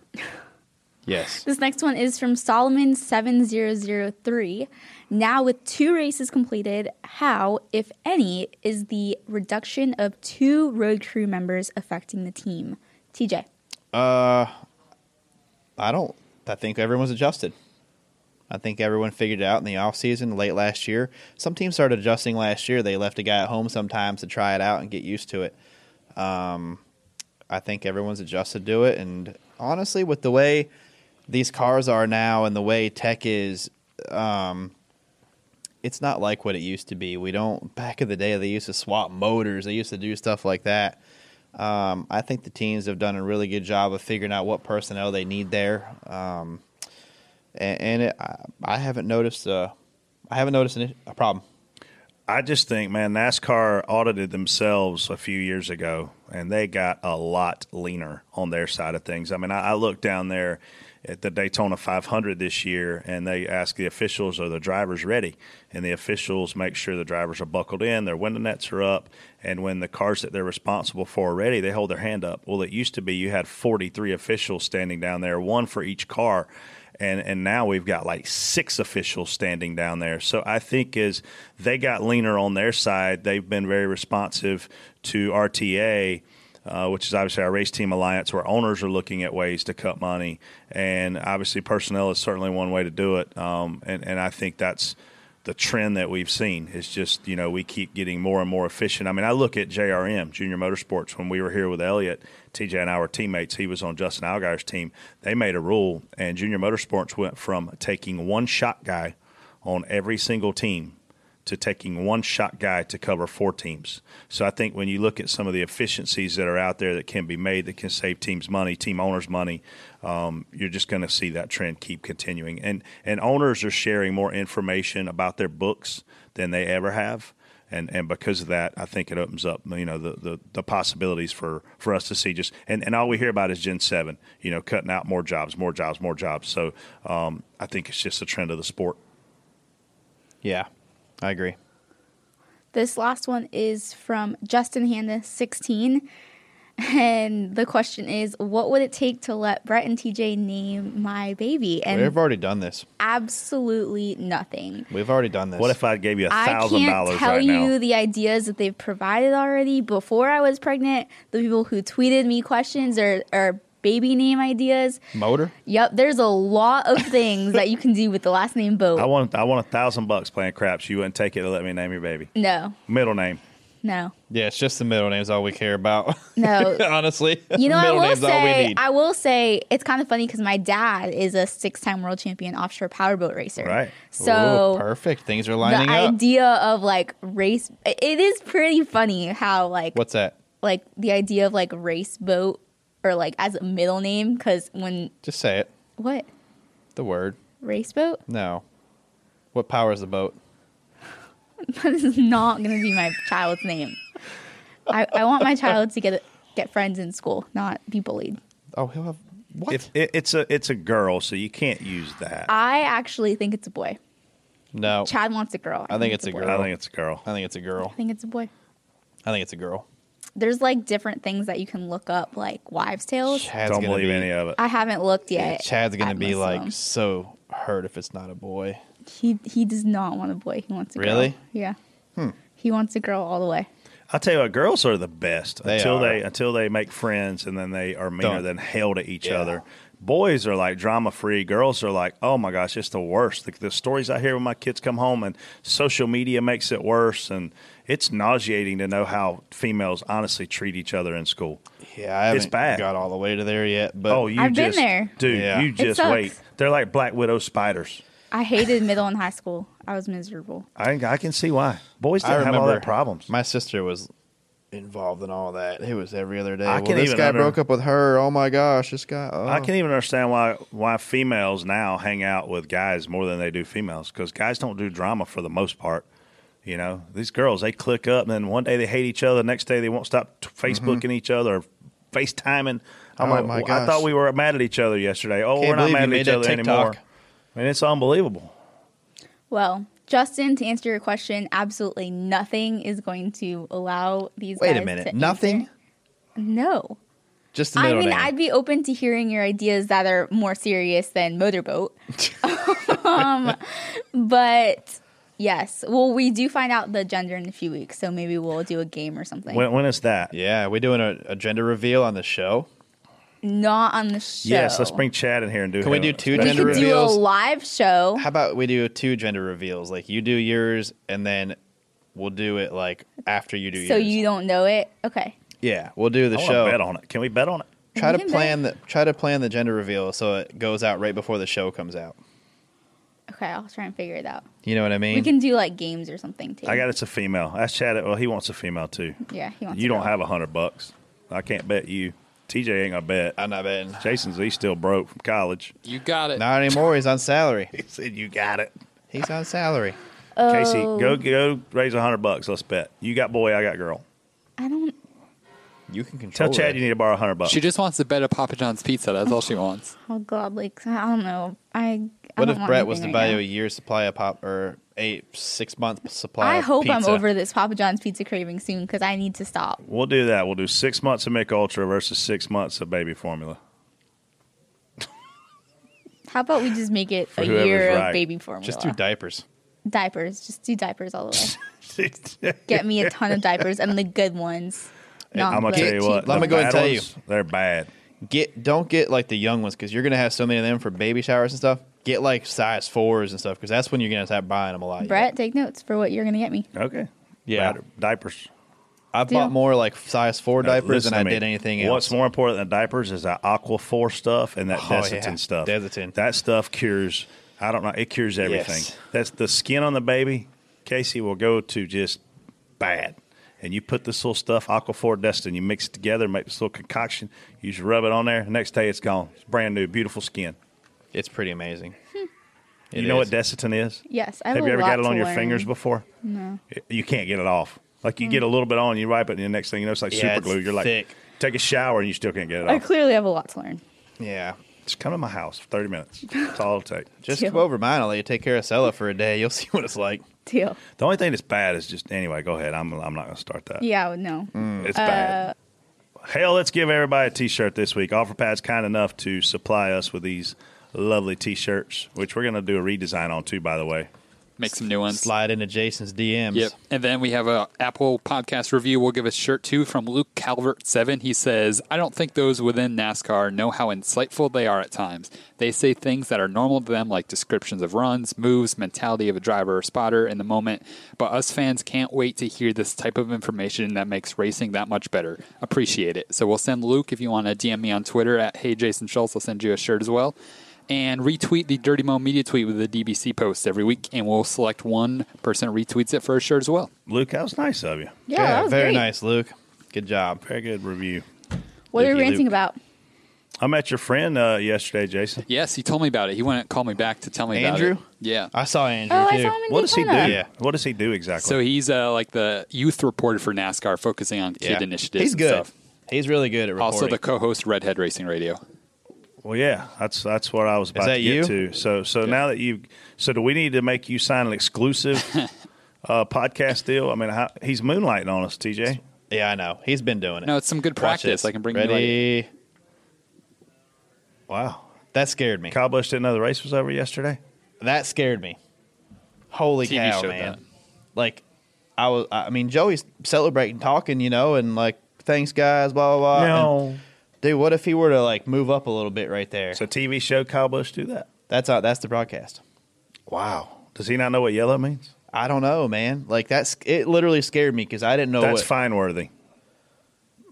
Speaker 3: Yes.
Speaker 2: This next one is from Solomon7003. Now, with two races completed, how, if any, is the reduction of two road crew members affecting the team? TJ.
Speaker 3: I don't. I think everyone's adjusted. I think everyone figured it out in the off season late last year. Some teams started adjusting last year. They left a guy at home sometimes to try it out and get used to it. Um, I think everyone's adjusted to it. And honestly, with the way these cars are now and the way tech is, um, it's not like what it used to be. We don't back in the day they used to swap motors, they used to do stuff like that. Um, I think the teams have done a really good job of figuring out what personnel they need there, um, and, and it, I, I haven't noticed uh, I haven't noticed an, i- a problem.
Speaker 5: I just think, man, NASCAR audited themselves a few years ago, and they got a lot leaner on their side of things. I mean, I, I looked down there at the Daytona 500 this year, and they ask the officials, "Are the drivers ready?" And the officials make sure the drivers are buckled in, their window nets are up, and when the cars that they're responsible for are ready, they hold their hand up. Well, it used to be you had 43 officials standing down there, one for each car and and now we've got like six officials standing down there. So I think as they got leaner on their side, they've been very responsive to RTA. Uh, which is obviously our race team alliance, where owners are looking at ways to cut money, and obviously personnel is certainly one way to do it. Um, and and I think that's the trend that we've seen is just you know we keep getting more and more efficient. I mean, I look at JRM Junior Motorsports when we were here with Elliot, TJ and I were teammates. He was on Justin Algar's team. They made a rule, and Junior Motorsports went from taking one shot guy on every single team to taking one shot guy to cover four teams. So I think when you look at some of the efficiencies that are out there that can be made that can save teams money, team owners money, um, you're just going to see that trend keep continuing. And and owners are sharing more information about their books than they ever have. And, and because of that, I think it opens up, you know, the, the, the possibilities for, for us to see just and, and all we hear about is Gen seven, you know, cutting out more jobs, more jobs, more jobs. So um, I think it's just a trend of the sport.
Speaker 3: Yeah, I agree.
Speaker 2: This last one is from Justin Handa, 16. And the question is, what would it take to let Brett and TJ name my baby? And
Speaker 3: We've already done this.
Speaker 2: absolutely nothing.
Speaker 3: We've already done this.
Speaker 5: What if I gave you a
Speaker 2: I
Speaker 5: thousand
Speaker 2: can't
Speaker 5: dollars
Speaker 2: tell
Speaker 5: right
Speaker 2: you
Speaker 5: now?
Speaker 2: the ideas that they've provided already. Before I was pregnant, the people who tweeted me questions or, or baby name ideas.
Speaker 3: motor?
Speaker 2: Yep, there's a lot of things that you can do with the last name Boat.
Speaker 5: I want I want a thousand bucks playing craps. You wouldn't take it to let me name your baby.
Speaker 2: no,
Speaker 5: Middle name.
Speaker 2: no,
Speaker 3: Yeah, it's just the middle names all we care about.
Speaker 2: no.
Speaker 3: Honestly,
Speaker 2: You know, I
Speaker 3: middle
Speaker 2: will
Speaker 3: names all we
Speaker 2: say,
Speaker 3: need.
Speaker 2: I will say, it's kind of funny because my dad is a six-time world champion offshore powerboat racer.
Speaker 5: Right.
Speaker 3: Ooh,
Speaker 2: So
Speaker 3: perfect. Things are
Speaker 2: the
Speaker 3: lining up.
Speaker 2: idea of like race, it it is pretty funny how like
Speaker 3: What's that?
Speaker 2: like the idea of like race boat or like as a middle name because when
Speaker 3: Just say it.
Speaker 2: what
Speaker 3: The word.
Speaker 2: race boat
Speaker 3: No. What powers the boat?
Speaker 2: this is not gonna be my child's name. I, I want my child to get get friends in school, not be bullied.
Speaker 3: Oh, he'll have what?
Speaker 5: If it, it's a it's a girl, so you can't use that. I,
Speaker 2: I actually think it's a boy.
Speaker 3: no,
Speaker 2: Chad wants a girl.
Speaker 3: I think it's a
Speaker 2: boy.
Speaker 3: girl.
Speaker 5: think it's a girl.
Speaker 3: I think it's a girl.
Speaker 2: I think it's a boy.
Speaker 3: I think it's a girl.
Speaker 2: There's like different things that you can look up, like wives' tales.
Speaker 3: Chad's
Speaker 5: Don't
Speaker 3: gonna
Speaker 5: believe
Speaker 3: be,
Speaker 5: any of it.
Speaker 2: I haven't looked yet.
Speaker 3: Chad's gonna
Speaker 2: at
Speaker 3: be
Speaker 2: most of
Speaker 3: like
Speaker 2: them.
Speaker 3: so hurt if it's not a boy.
Speaker 2: he he does not want a boy. He wants a girl.
Speaker 3: Really? Hmm.
Speaker 2: Yeah. He wants a girl all the way.
Speaker 5: I'll tell you what, girls are the best
Speaker 3: They
Speaker 5: until
Speaker 3: are.
Speaker 5: they until they make friends and then they are meaner
Speaker 3: Don't-
Speaker 5: than hell to each
Speaker 3: Yeah.
Speaker 5: other. Boys are like drama free. Girls are like, oh my gosh, it's the worst. The, the stories I hear when my kids come home and social media makes it worse, and it's nauseating to know how females honestly treat each other in school.
Speaker 3: Yeah, I haven't
Speaker 5: It's bad.
Speaker 3: got all the way to there yet. But
Speaker 5: Oh, you
Speaker 2: I've been
Speaker 5: just,
Speaker 2: there.
Speaker 5: dude.
Speaker 3: Yeah.
Speaker 5: You
Speaker 3: It
Speaker 5: just
Speaker 2: sucks.
Speaker 5: wait. They're like black widow spiders.
Speaker 2: I hated middle and high school. I was miserable.
Speaker 5: I I can see why boys
Speaker 3: I
Speaker 5: didn't
Speaker 3: remember
Speaker 5: have all that problems.
Speaker 3: My sister was involved in all that. It was every other day.
Speaker 5: I
Speaker 3: well,
Speaker 5: can't
Speaker 3: this
Speaker 5: even
Speaker 3: guy
Speaker 5: under-
Speaker 3: broke up with her. Oh my gosh, this guy. Oh.
Speaker 5: I can even understand why why females now hang out with guys more than they do females because guys don't do drama for the most part. You know, these girls they click up and then one day they hate each other, next day they won't stop t- Facebooking each other, or FaceTiming. I'm
Speaker 3: Mm-hmm. Oh,
Speaker 5: like,
Speaker 3: my
Speaker 5: "Well, I
Speaker 3: gosh.
Speaker 5: thought we were mad at each other yesterday. Oh,
Speaker 3: Can't
Speaker 5: we're not
Speaker 3: believe you
Speaker 5: mad at
Speaker 3: made
Speaker 5: each
Speaker 3: that
Speaker 5: other
Speaker 3: TikTok.
Speaker 5: anymore. I mean, it's unbelievable.
Speaker 2: Well, Justin, to answer your question, absolutely nothing is going to allow these
Speaker 3: Wait
Speaker 2: guys
Speaker 3: a minute.
Speaker 2: to
Speaker 3: Nothing.
Speaker 2: answer. No.
Speaker 3: Just the
Speaker 2: I
Speaker 3: middle
Speaker 2: mean,
Speaker 3: name.
Speaker 2: I'd be open to hearing your ideas that are more serious than motorboat. um, but yes, well, we do find out the gender in a few weeks, so maybe we'll do a game or something.
Speaker 5: When, when is that?
Speaker 3: yeah, we doing a, a gender reveal on the show.
Speaker 2: Not on the show.
Speaker 5: Yes, let's bring Chad in here and do.
Speaker 3: Can we
Speaker 5: him
Speaker 3: do
Speaker 5: a
Speaker 3: two
Speaker 5: special-
Speaker 2: We
Speaker 3: gender
Speaker 2: could do a
Speaker 3: reveals?
Speaker 2: live show.
Speaker 3: How about we do two gender reveals? Like you do yours, and then we'll do it like after you do
Speaker 2: So
Speaker 3: yours.
Speaker 2: you don't know it? Okay.
Speaker 3: yeah, we'll do the
Speaker 5: I wanna
Speaker 3: show.
Speaker 5: Bet on it. Can we bet on it?
Speaker 3: Try
Speaker 2: We
Speaker 3: to
Speaker 2: can
Speaker 3: plan the try to plan the gender reveal so it goes out right before the show comes out.
Speaker 2: Okay, I'll try and figure it out.
Speaker 3: You know what I mean?
Speaker 2: We can do like games or something too.
Speaker 5: I got it's a female. Ask Chad. Well, he wants a female too.
Speaker 2: Yeah, he wants
Speaker 5: You
Speaker 2: a
Speaker 5: don't
Speaker 2: girl.
Speaker 5: have a hundred bucks. I can't bet you. TJ ain't gonna bet.
Speaker 3: I'm not betting.
Speaker 5: Jason's he's still broke from college.
Speaker 4: You got it.
Speaker 3: Not anymore. He's on salary.
Speaker 5: He said you got it.
Speaker 3: He's on salary.
Speaker 5: Casey, go go raise a hundred bucks. Let's bet. You got boy, I got girl.
Speaker 2: I don't.
Speaker 3: You can control.
Speaker 5: Tell Chad
Speaker 3: it.
Speaker 5: you need to borrow a hundred bucks.
Speaker 4: She just wants to bet a Papa John's pizza. That's all she wants.
Speaker 2: Oh God, like I don't know. I. I
Speaker 3: What
Speaker 2: don't
Speaker 3: if
Speaker 2: want
Speaker 3: Brett was to
Speaker 2: anything
Speaker 3: buy
Speaker 2: right
Speaker 3: you a
Speaker 2: now.
Speaker 3: year's supply of pop or a six month supply?
Speaker 2: I
Speaker 3: of
Speaker 2: hope I'm
Speaker 3: pizza?
Speaker 2: over this Papa John's pizza craving soon because I need to stop.
Speaker 5: We'll do that. We'll do six months of Mick Ultra versus six months of baby formula.
Speaker 2: How about we just make it a
Speaker 5: whoever's
Speaker 2: year
Speaker 5: right.
Speaker 2: of baby formula?
Speaker 3: Just do diapers.
Speaker 2: diapers. Just do diapers all the way.
Speaker 5: I'm
Speaker 2: Get me a ton of diapers and the good ones. Not
Speaker 5: gonna
Speaker 2: the
Speaker 5: tell you what.
Speaker 2: cheap
Speaker 3: Let
Speaker 5: the
Speaker 3: me go ahead and
Speaker 5: bad
Speaker 3: tell you.
Speaker 5: ones, they're bad.
Speaker 3: Get don't get like the young ones because you're gonna have so many of them for baby showers and stuff. Get like size fours and stuff because that's when you're gonna start buying them a lot.
Speaker 2: Brett, take notes for what you're gonna get me.
Speaker 5: Okay.
Speaker 3: Yeah.
Speaker 5: Bad- diapers.
Speaker 3: I
Speaker 2: Deal.
Speaker 3: bought more like size four diapers
Speaker 5: Uh, Listen
Speaker 3: than
Speaker 5: to
Speaker 3: I
Speaker 5: me.
Speaker 3: did anything
Speaker 5: What's
Speaker 3: else.
Speaker 5: more important than diapers is that Aquaphor stuff and that
Speaker 3: Oh,
Speaker 5: Desitin
Speaker 3: yeah.
Speaker 5: stuff.
Speaker 3: Desitin.
Speaker 5: That stuff cures. I don't know. It cures everything.
Speaker 3: Yes.
Speaker 5: That's the skin on the baby. Casey will go to just bad. And you put this little stuff, Aquaphor Destin, you mix it together, make this little concoction. You just rub it on there. Next day, it's gone. It's brand new, beautiful skin.
Speaker 3: It's pretty amazing.
Speaker 2: Hmm.
Speaker 3: It
Speaker 5: you know
Speaker 3: is.
Speaker 5: what Desitin is?
Speaker 2: Yes, I have,
Speaker 5: Have
Speaker 2: a
Speaker 5: you ever
Speaker 2: lot
Speaker 5: got it
Speaker 2: to
Speaker 5: on your
Speaker 2: learn.
Speaker 5: fingers before? No. You can't get it off. Like you
Speaker 2: Mm.
Speaker 5: get a little bit on, you wipe it, and the next thing you know, it's like
Speaker 3: Yeah,
Speaker 5: super
Speaker 3: it's
Speaker 5: glue. You're like,
Speaker 3: thick.
Speaker 5: take a shower, and you still can't get it
Speaker 2: I
Speaker 5: off.
Speaker 2: clearly have a lot to learn.
Speaker 3: Yeah.
Speaker 5: Just come to my house for 30 minutes. That's all it'll take.
Speaker 3: Just
Speaker 2: Deal.
Speaker 3: come over mine. I'll let you take care of Stella for a day. You'll see what it's like.
Speaker 2: Deal.
Speaker 5: The only thing that's bad is just, anyway, go ahead. I'm, I'm not going to start that.
Speaker 2: Yeah, uh, I would know.
Speaker 3: Mm,
Speaker 5: It's bad. Hell, let's give everybody a t shirt this week. OfferPad's kind enough to supply us with these lovely t shirts, which we're going to do a redesign on too, by the way.
Speaker 4: Make some new ones.
Speaker 3: Slide into Jason's DMs.
Speaker 4: Yep. And then we have a Apple podcast review. We'll give a shirt to from Luke Calvert seven. He says, "I don't think those within NASCAR know how insightful they are at times. They say things that are normal to them, like descriptions of runs, moves, mentality of a driver or spotter in the moment. But us fans can't wait to hear this type of information that makes racing that much better. Appreciate it. So we'll send Luke if you want to DM me on Twitter at Hey Jason Schultz. I'll send you a shirt as well." and retweet the Dirty Mo Media tweet with the DBC post every week, and we'll select one person who retweets it for a shirt as well.
Speaker 5: Luke, that was nice of you.
Speaker 2: Yeah, that was
Speaker 3: very
Speaker 2: great.
Speaker 3: nice, Luke. Good job.
Speaker 5: Very good review.
Speaker 2: What are we
Speaker 3: Luke.
Speaker 2: ranting about?
Speaker 5: I met your friend uh, yesterday, Jason.
Speaker 4: Yes, he told me about it. He wouldn't call me back to tell me
Speaker 3: Andrew?
Speaker 4: about it. Yeah.
Speaker 3: I saw Andrew
Speaker 2: Oh,
Speaker 3: too.
Speaker 2: I saw him in
Speaker 5: What does he do?
Speaker 2: Daytona.
Speaker 3: Yeah.
Speaker 5: What does he do exactly?
Speaker 4: So he's uh, like the youth reporter for NASCAR, focusing on kid
Speaker 3: Yeah.
Speaker 4: initiatives.
Speaker 3: He's
Speaker 4: and
Speaker 3: good.
Speaker 4: Stuff.
Speaker 3: He's really good at reporting.
Speaker 4: Also, the co-host Redhead Racing Radio.
Speaker 5: Well, yeah, that's that's what I was about
Speaker 3: that
Speaker 5: to get
Speaker 3: you?
Speaker 5: to. So, so now that you, so do we need to make you sign an exclusive uh, podcast deal? I mean, how, he's moonlighting on us, TJ.
Speaker 3: yeah, I know. He's been doing it.
Speaker 4: No, it's some good
Speaker 3: Watch
Speaker 4: practice.
Speaker 3: this.
Speaker 4: I can bring you. Like,
Speaker 3: Ready?
Speaker 5: Wow,
Speaker 3: That scared me.
Speaker 5: Kyle Busch didn't know the race was over yesterday.
Speaker 3: That scared me. Holy
Speaker 4: TV
Speaker 3: cow,
Speaker 4: showed
Speaker 3: man!
Speaker 4: that.
Speaker 3: Like, I was. I mean, Joey's celebrating, talking, you know, and like, thanks guys, blah blah blah. And, dude, what if he were to like move up a little bit right there?
Speaker 5: it's a TV show. Kyle Busch do that.
Speaker 3: that's how. That's the broadcast.
Speaker 5: Wow, does he not know what yellow means?
Speaker 3: I don't know, man. Like that's it. Literally scared me because I didn't know
Speaker 5: that's
Speaker 3: Oh, what
Speaker 5: fine worthy.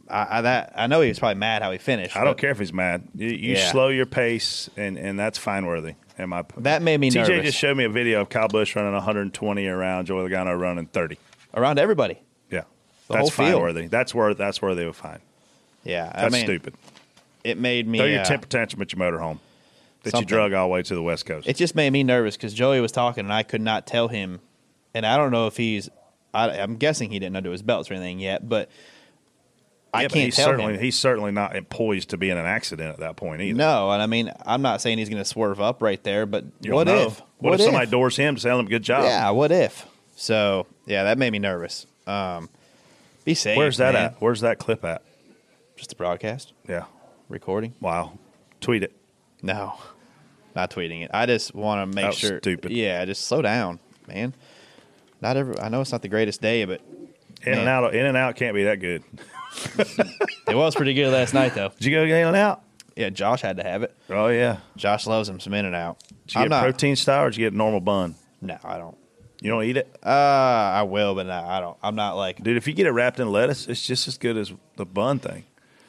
Speaker 3: I, I, that. I know he was probably mad how he finished.
Speaker 5: I don't
Speaker 3: but
Speaker 5: care if he's mad. You, you
Speaker 3: Yeah.
Speaker 5: slow your pace, and and that's fine worthy. In my
Speaker 3: That made me
Speaker 5: TJ
Speaker 3: nervous.
Speaker 5: just showed me a video of Kyle Busch running 120 around Joey Logano running 30.
Speaker 3: around everybody.
Speaker 5: Yeah,
Speaker 3: The whole
Speaker 5: that's fine
Speaker 3: field.
Speaker 5: worthy. That's worth. That's worthy of a fine.
Speaker 3: Yeah, I
Speaker 5: That's
Speaker 3: mean,
Speaker 5: stupid.
Speaker 3: It made me.
Speaker 5: Throw
Speaker 3: uh,
Speaker 5: your temper tantrum at your motorhome that you
Speaker 3: Something.
Speaker 5: drug all the way to the West Coast.
Speaker 3: it just made me nervous because Joey was talking and I could not tell him, and I don't know if he's. I, I'm guessing he didn't undo his belts or anything yet, but I
Speaker 5: Yeah, but
Speaker 3: can't
Speaker 5: he's
Speaker 3: tell
Speaker 5: certainly,
Speaker 3: him.
Speaker 5: He's certainly not poised to be in an accident at that point either.
Speaker 3: No, and I mean I'm not saying he's going to swerve up right there, but
Speaker 5: You don't
Speaker 3: what
Speaker 5: know.
Speaker 3: if?
Speaker 5: What, if, somebody doors him to tell him good job?
Speaker 3: Yeah, what if? So yeah, that made me nervous. Um, be safe.
Speaker 5: Where's that
Speaker 3: man.
Speaker 5: at? Where's that clip at?
Speaker 3: Just the broadcast,
Speaker 5: Yeah.
Speaker 3: recording.
Speaker 5: Wow. Tweet it.
Speaker 3: No, not tweeting it. I just want to make
Speaker 5: That was
Speaker 3: sure.
Speaker 5: stupid.
Speaker 3: Yeah, just slow down, man. Not every. I know it's not the greatest day, but
Speaker 5: In and
Speaker 3: Man.
Speaker 5: out. In and out can't be that good.
Speaker 3: it was pretty good last night, though.
Speaker 5: Did you go get in and out?
Speaker 3: Yeah, Josh had to have it.
Speaker 5: Oh yeah.
Speaker 3: Josh loves him some in and out.
Speaker 5: Did you get protein style or did you get a normal bun?
Speaker 3: No, I don't.
Speaker 5: You don't eat it,
Speaker 3: Uh, I will, but no, I don't. I'm not like
Speaker 5: dude. If you get it wrapped in lettuce, it's just as good as the bun thing.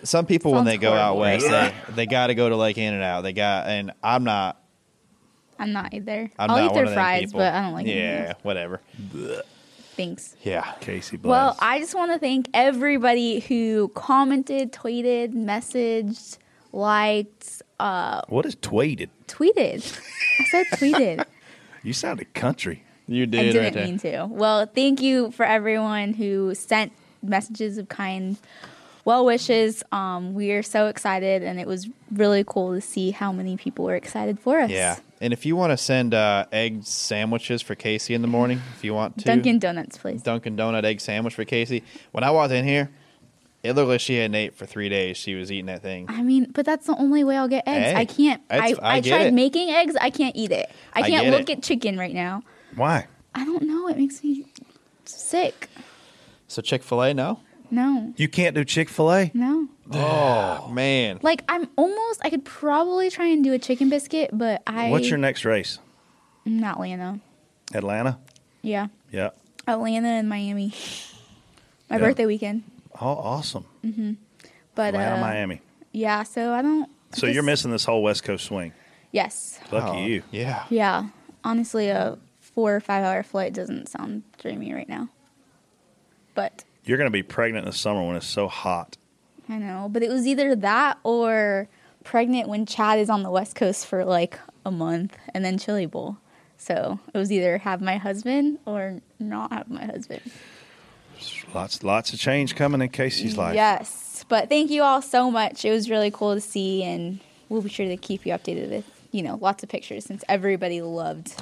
Speaker 3: some people when
Speaker 2: Sounds
Speaker 3: they go out
Speaker 2: horrible.
Speaker 3: west, they, they got to go to like In and Out. They got, and I'm not.
Speaker 2: I'm not either.
Speaker 3: I'm
Speaker 2: will
Speaker 3: not
Speaker 2: eat
Speaker 3: one
Speaker 2: their
Speaker 3: of them
Speaker 2: fries,
Speaker 3: people.
Speaker 2: but I don't like
Speaker 3: Yeah,
Speaker 2: anything else.
Speaker 3: whatever.
Speaker 2: Thanks.
Speaker 3: Yeah,
Speaker 5: Casey, bless.
Speaker 2: Well, I just want to thank everybody who commented, tweeted, messaged, liked,
Speaker 5: what is tweeted?
Speaker 2: tweeted. I said tweeted.
Speaker 5: You sounded country.
Speaker 3: you did.
Speaker 2: I
Speaker 3: right
Speaker 2: didn't
Speaker 3: there.
Speaker 2: mean to. Well, thank you for everyone who sent messages of kind well wishes. Um, we are so excited, and it was really cool to see how many people were excited for us.
Speaker 3: Yeah, and if you want to send uh, egg sandwiches for Casey in the morning, if you want to,
Speaker 2: Dunkin' Donuts, please.
Speaker 3: Dunkin' Donut egg sandwich for Casey. When I walked in here, it looked like she hadn't ate for three days. She was eating that thing.
Speaker 2: I mean, but that's the only way I'll get eggs.
Speaker 3: Hey,
Speaker 2: I can't. I,
Speaker 3: it's- I
Speaker 2: I,
Speaker 3: get
Speaker 2: tried
Speaker 3: it.
Speaker 2: making eggs. I can't eat it. I
Speaker 3: I
Speaker 2: can't
Speaker 3: get
Speaker 2: look
Speaker 3: it.
Speaker 2: at chicken right now.
Speaker 5: Why?
Speaker 2: I don't know. It makes me sick.
Speaker 3: So Chick Fil A, no,
Speaker 2: No,
Speaker 5: You can't do Chick Fil A.
Speaker 2: no.
Speaker 3: oh, man,
Speaker 2: Like I'm almost. I could probably try and do a chicken biscuit, but I.
Speaker 5: What's your next race?
Speaker 2: I'm not Atlanta.
Speaker 5: Atlanta.
Speaker 2: Yeah,
Speaker 5: Yeah.
Speaker 2: Atlanta and Miami. My
Speaker 5: Yeah.
Speaker 2: birthday weekend,
Speaker 5: Oh, awesome.
Speaker 2: but
Speaker 5: Atlanta,
Speaker 2: uh,
Speaker 5: Miami.
Speaker 2: yeah. So I don't. I
Speaker 5: So you're
Speaker 2: just-
Speaker 5: missing this whole West Coast swing.
Speaker 2: Yes.
Speaker 5: Lucky you.
Speaker 3: Oh, yeah,
Speaker 2: Yeah. Honestly, a four or five hour flight doesn't sound dreamy right now. But
Speaker 5: You're going to be pregnant in the summer when it's so hot.
Speaker 2: I know, but it was either that or pregnant when Chad is on the West Coast for like a month and then Chili Bowl. So it was either have my husband or not have my husband.
Speaker 5: Lots, lots of change coming in Casey's life.
Speaker 2: Yes. But thank you all so much. It was really cool to see and we'll be sure to keep you updated with, you know, lots of pictures since everybody loved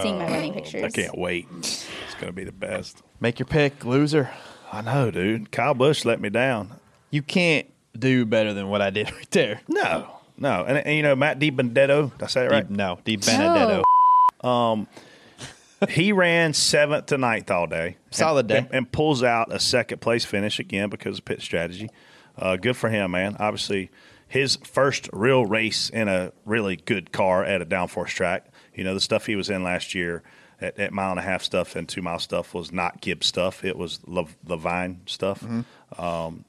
Speaker 2: seeing my wedding pictures.
Speaker 5: Oh, I can't wait. It's going to be the best.
Speaker 3: make your pick, loser.
Speaker 5: I know, dude. Kyle Bush let me down.
Speaker 3: You can't do better than what I did right there.
Speaker 5: No, no. And, and you know, Matt DiBenedetto, did I say it right?
Speaker 3: Di- no, Di Benedetto.
Speaker 2: No.
Speaker 5: he ran seventh to ninth all day.
Speaker 3: Solid
Speaker 5: And-
Speaker 3: day.
Speaker 5: And, and pulls out a second place finish again because of pit strategy. Uh, good for him, man. Obviously, his first real race in a really good car at a downforce track. You know, the stuff he was in last year at, at mile and a half stuff and two mile stuff was not Gibbs stuff. It was Lev- Levine stuff.
Speaker 3: Mm-hmm.
Speaker 5: Um,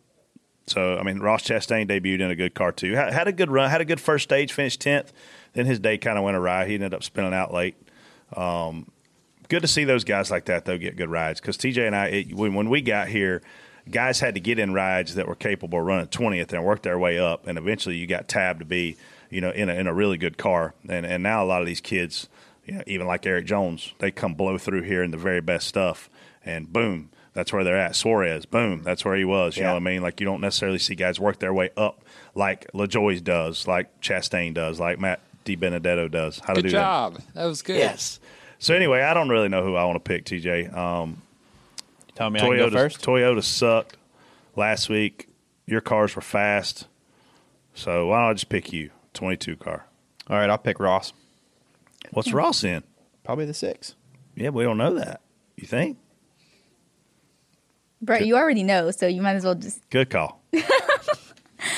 Speaker 5: So I mean, Ross Chastain debuted in a good car too. Had, had a good run, had a good first stage, finished tenth. Then his day kind of went awry. He ended up spinning out late. Um, good to see those guys like that though get good rides because TJ and I, it, when, when we got here, guys had to get in rides that were capable of running twentieth and work their way up, and eventually you got tabbed to be you know in a, in a really good car. And and now a lot of these kids, you know, even like Eric Jones, they come blow through here in the very best stuff, and boom. That's where they're at. Suarez, boom. That's where he was. You know
Speaker 3: Yeah.
Speaker 5: what I mean? Like you don't necessarily see guys work their way up like LaJoy's does, like Chastain does, like Matt DiBenedetto does. How to
Speaker 4: Good
Speaker 5: do
Speaker 4: job. That was good.
Speaker 5: that? Yes. So anyway, I don't really know who I want to pick. TJ, um,
Speaker 3: Tell me I can go
Speaker 5: Toyota.
Speaker 3: first.
Speaker 5: Toyota sucked last week. Your cars were fast, so why don't I just pick you? Twenty-two car.
Speaker 3: All right, I'll pick Ross.
Speaker 5: What's Ross in?
Speaker 3: Probably the six.
Speaker 5: Yeah, we don't know that. You think?
Speaker 2: Brett, you already know, so you might as well just
Speaker 5: Good call.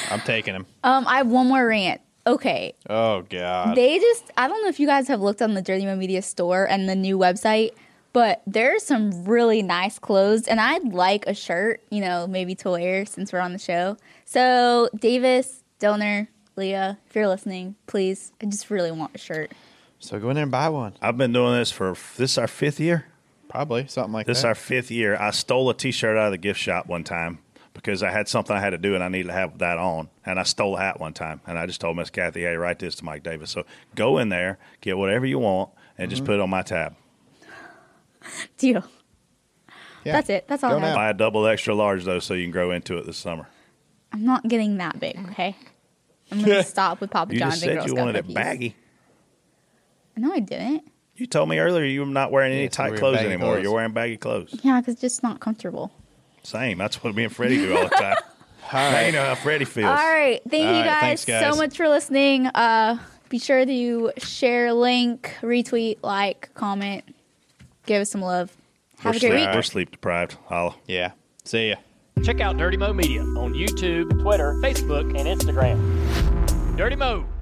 Speaker 3: I'm taking him.
Speaker 2: Um, I have one more rant. Okay.
Speaker 3: Oh God.
Speaker 2: They just I don't know if you guys have looked on the Dirty Mo Media store and the new website, but there's some really nice clothes and I'd like a shirt, you know, maybe to wear since we're on the show. So Davis, Dillner, Leah, if you're listening, please, I just really want a shirt.
Speaker 3: So go in there and buy one.
Speaker 5: I've been doing this for this is our fifth year.
Speaker 3: Probably something like
Speaker 5: This is
Speaker 3: that.
Speaker 5: our fifth year. I stole a T-shirt out of the gift shop one time because I had something I had to do and I needed to have that on, and I stole a hat one time. And I just told Miss Kathy, "Hey, write this to Mike Davis." So go in there, get whatever you want, and
Speaker 3: Mm-hmm.
Speaker 5: just put it on my tab.
Speaker 2: Deal.
Speaker 3: Yeah.
Speaker 2: That's it. That's all
Speaker 3: Go
Speaker 2: I have.
Speaker 3: now.
Speaker 5: Buy a double extra large though, so you can grow into it this summer.
Speaker 2: I'm not getting that big, okay? I'm gonna stop with Papa
Speaker 5: You
Speaker 2: John's
Speaker 5: just
Speaker 2: and
Speaker 5: said
Speaker 2: Girl
Speaker 5: you
Speaker 2: Scout
Speaker 5: wanted it
Speaker 2: cookies.
Speaker 5: baggy.
Speaker 2: No, I didn't.
Speaker 5: You told me earlier you were not wearing any
Speaker 3: Yes, we're
Speaker 5: tight
Speaker 3: wearing
Speaker 5: clothes
Speaker 3: baggy
Speaker 5: anymore.
Speaker 3: clothes.
Speaker 5: You're wearing baggy clothes.
Speaker 2: Yeah, because it's just not comfortable.
Speaker 5: Same. That's what me and Freddie do all the time. Right. Dana Freddie Fields.
Speaker 2: All right. Thank
Speaker 3: All
Speaker 2: you
Speaker 3: right,
Speaker 2: guys,
Speaker 3: thanks, guys.
Speaker 2: so much for listening. Uh, be sure to share, link, retweet, like, comment, give us some love. Have
Speaker 5: we're
Speaker 2: a great
Speaker 5: sleep,
Speaker 2: week.
Speaker 5: We're sleep deprived. Holla.
Speaker 3: Yeah. See ya.
Speaker 6: Check out Dirty Mo Media on YouTube, Twitter, Facebook, and Instagram. Dirty Mo.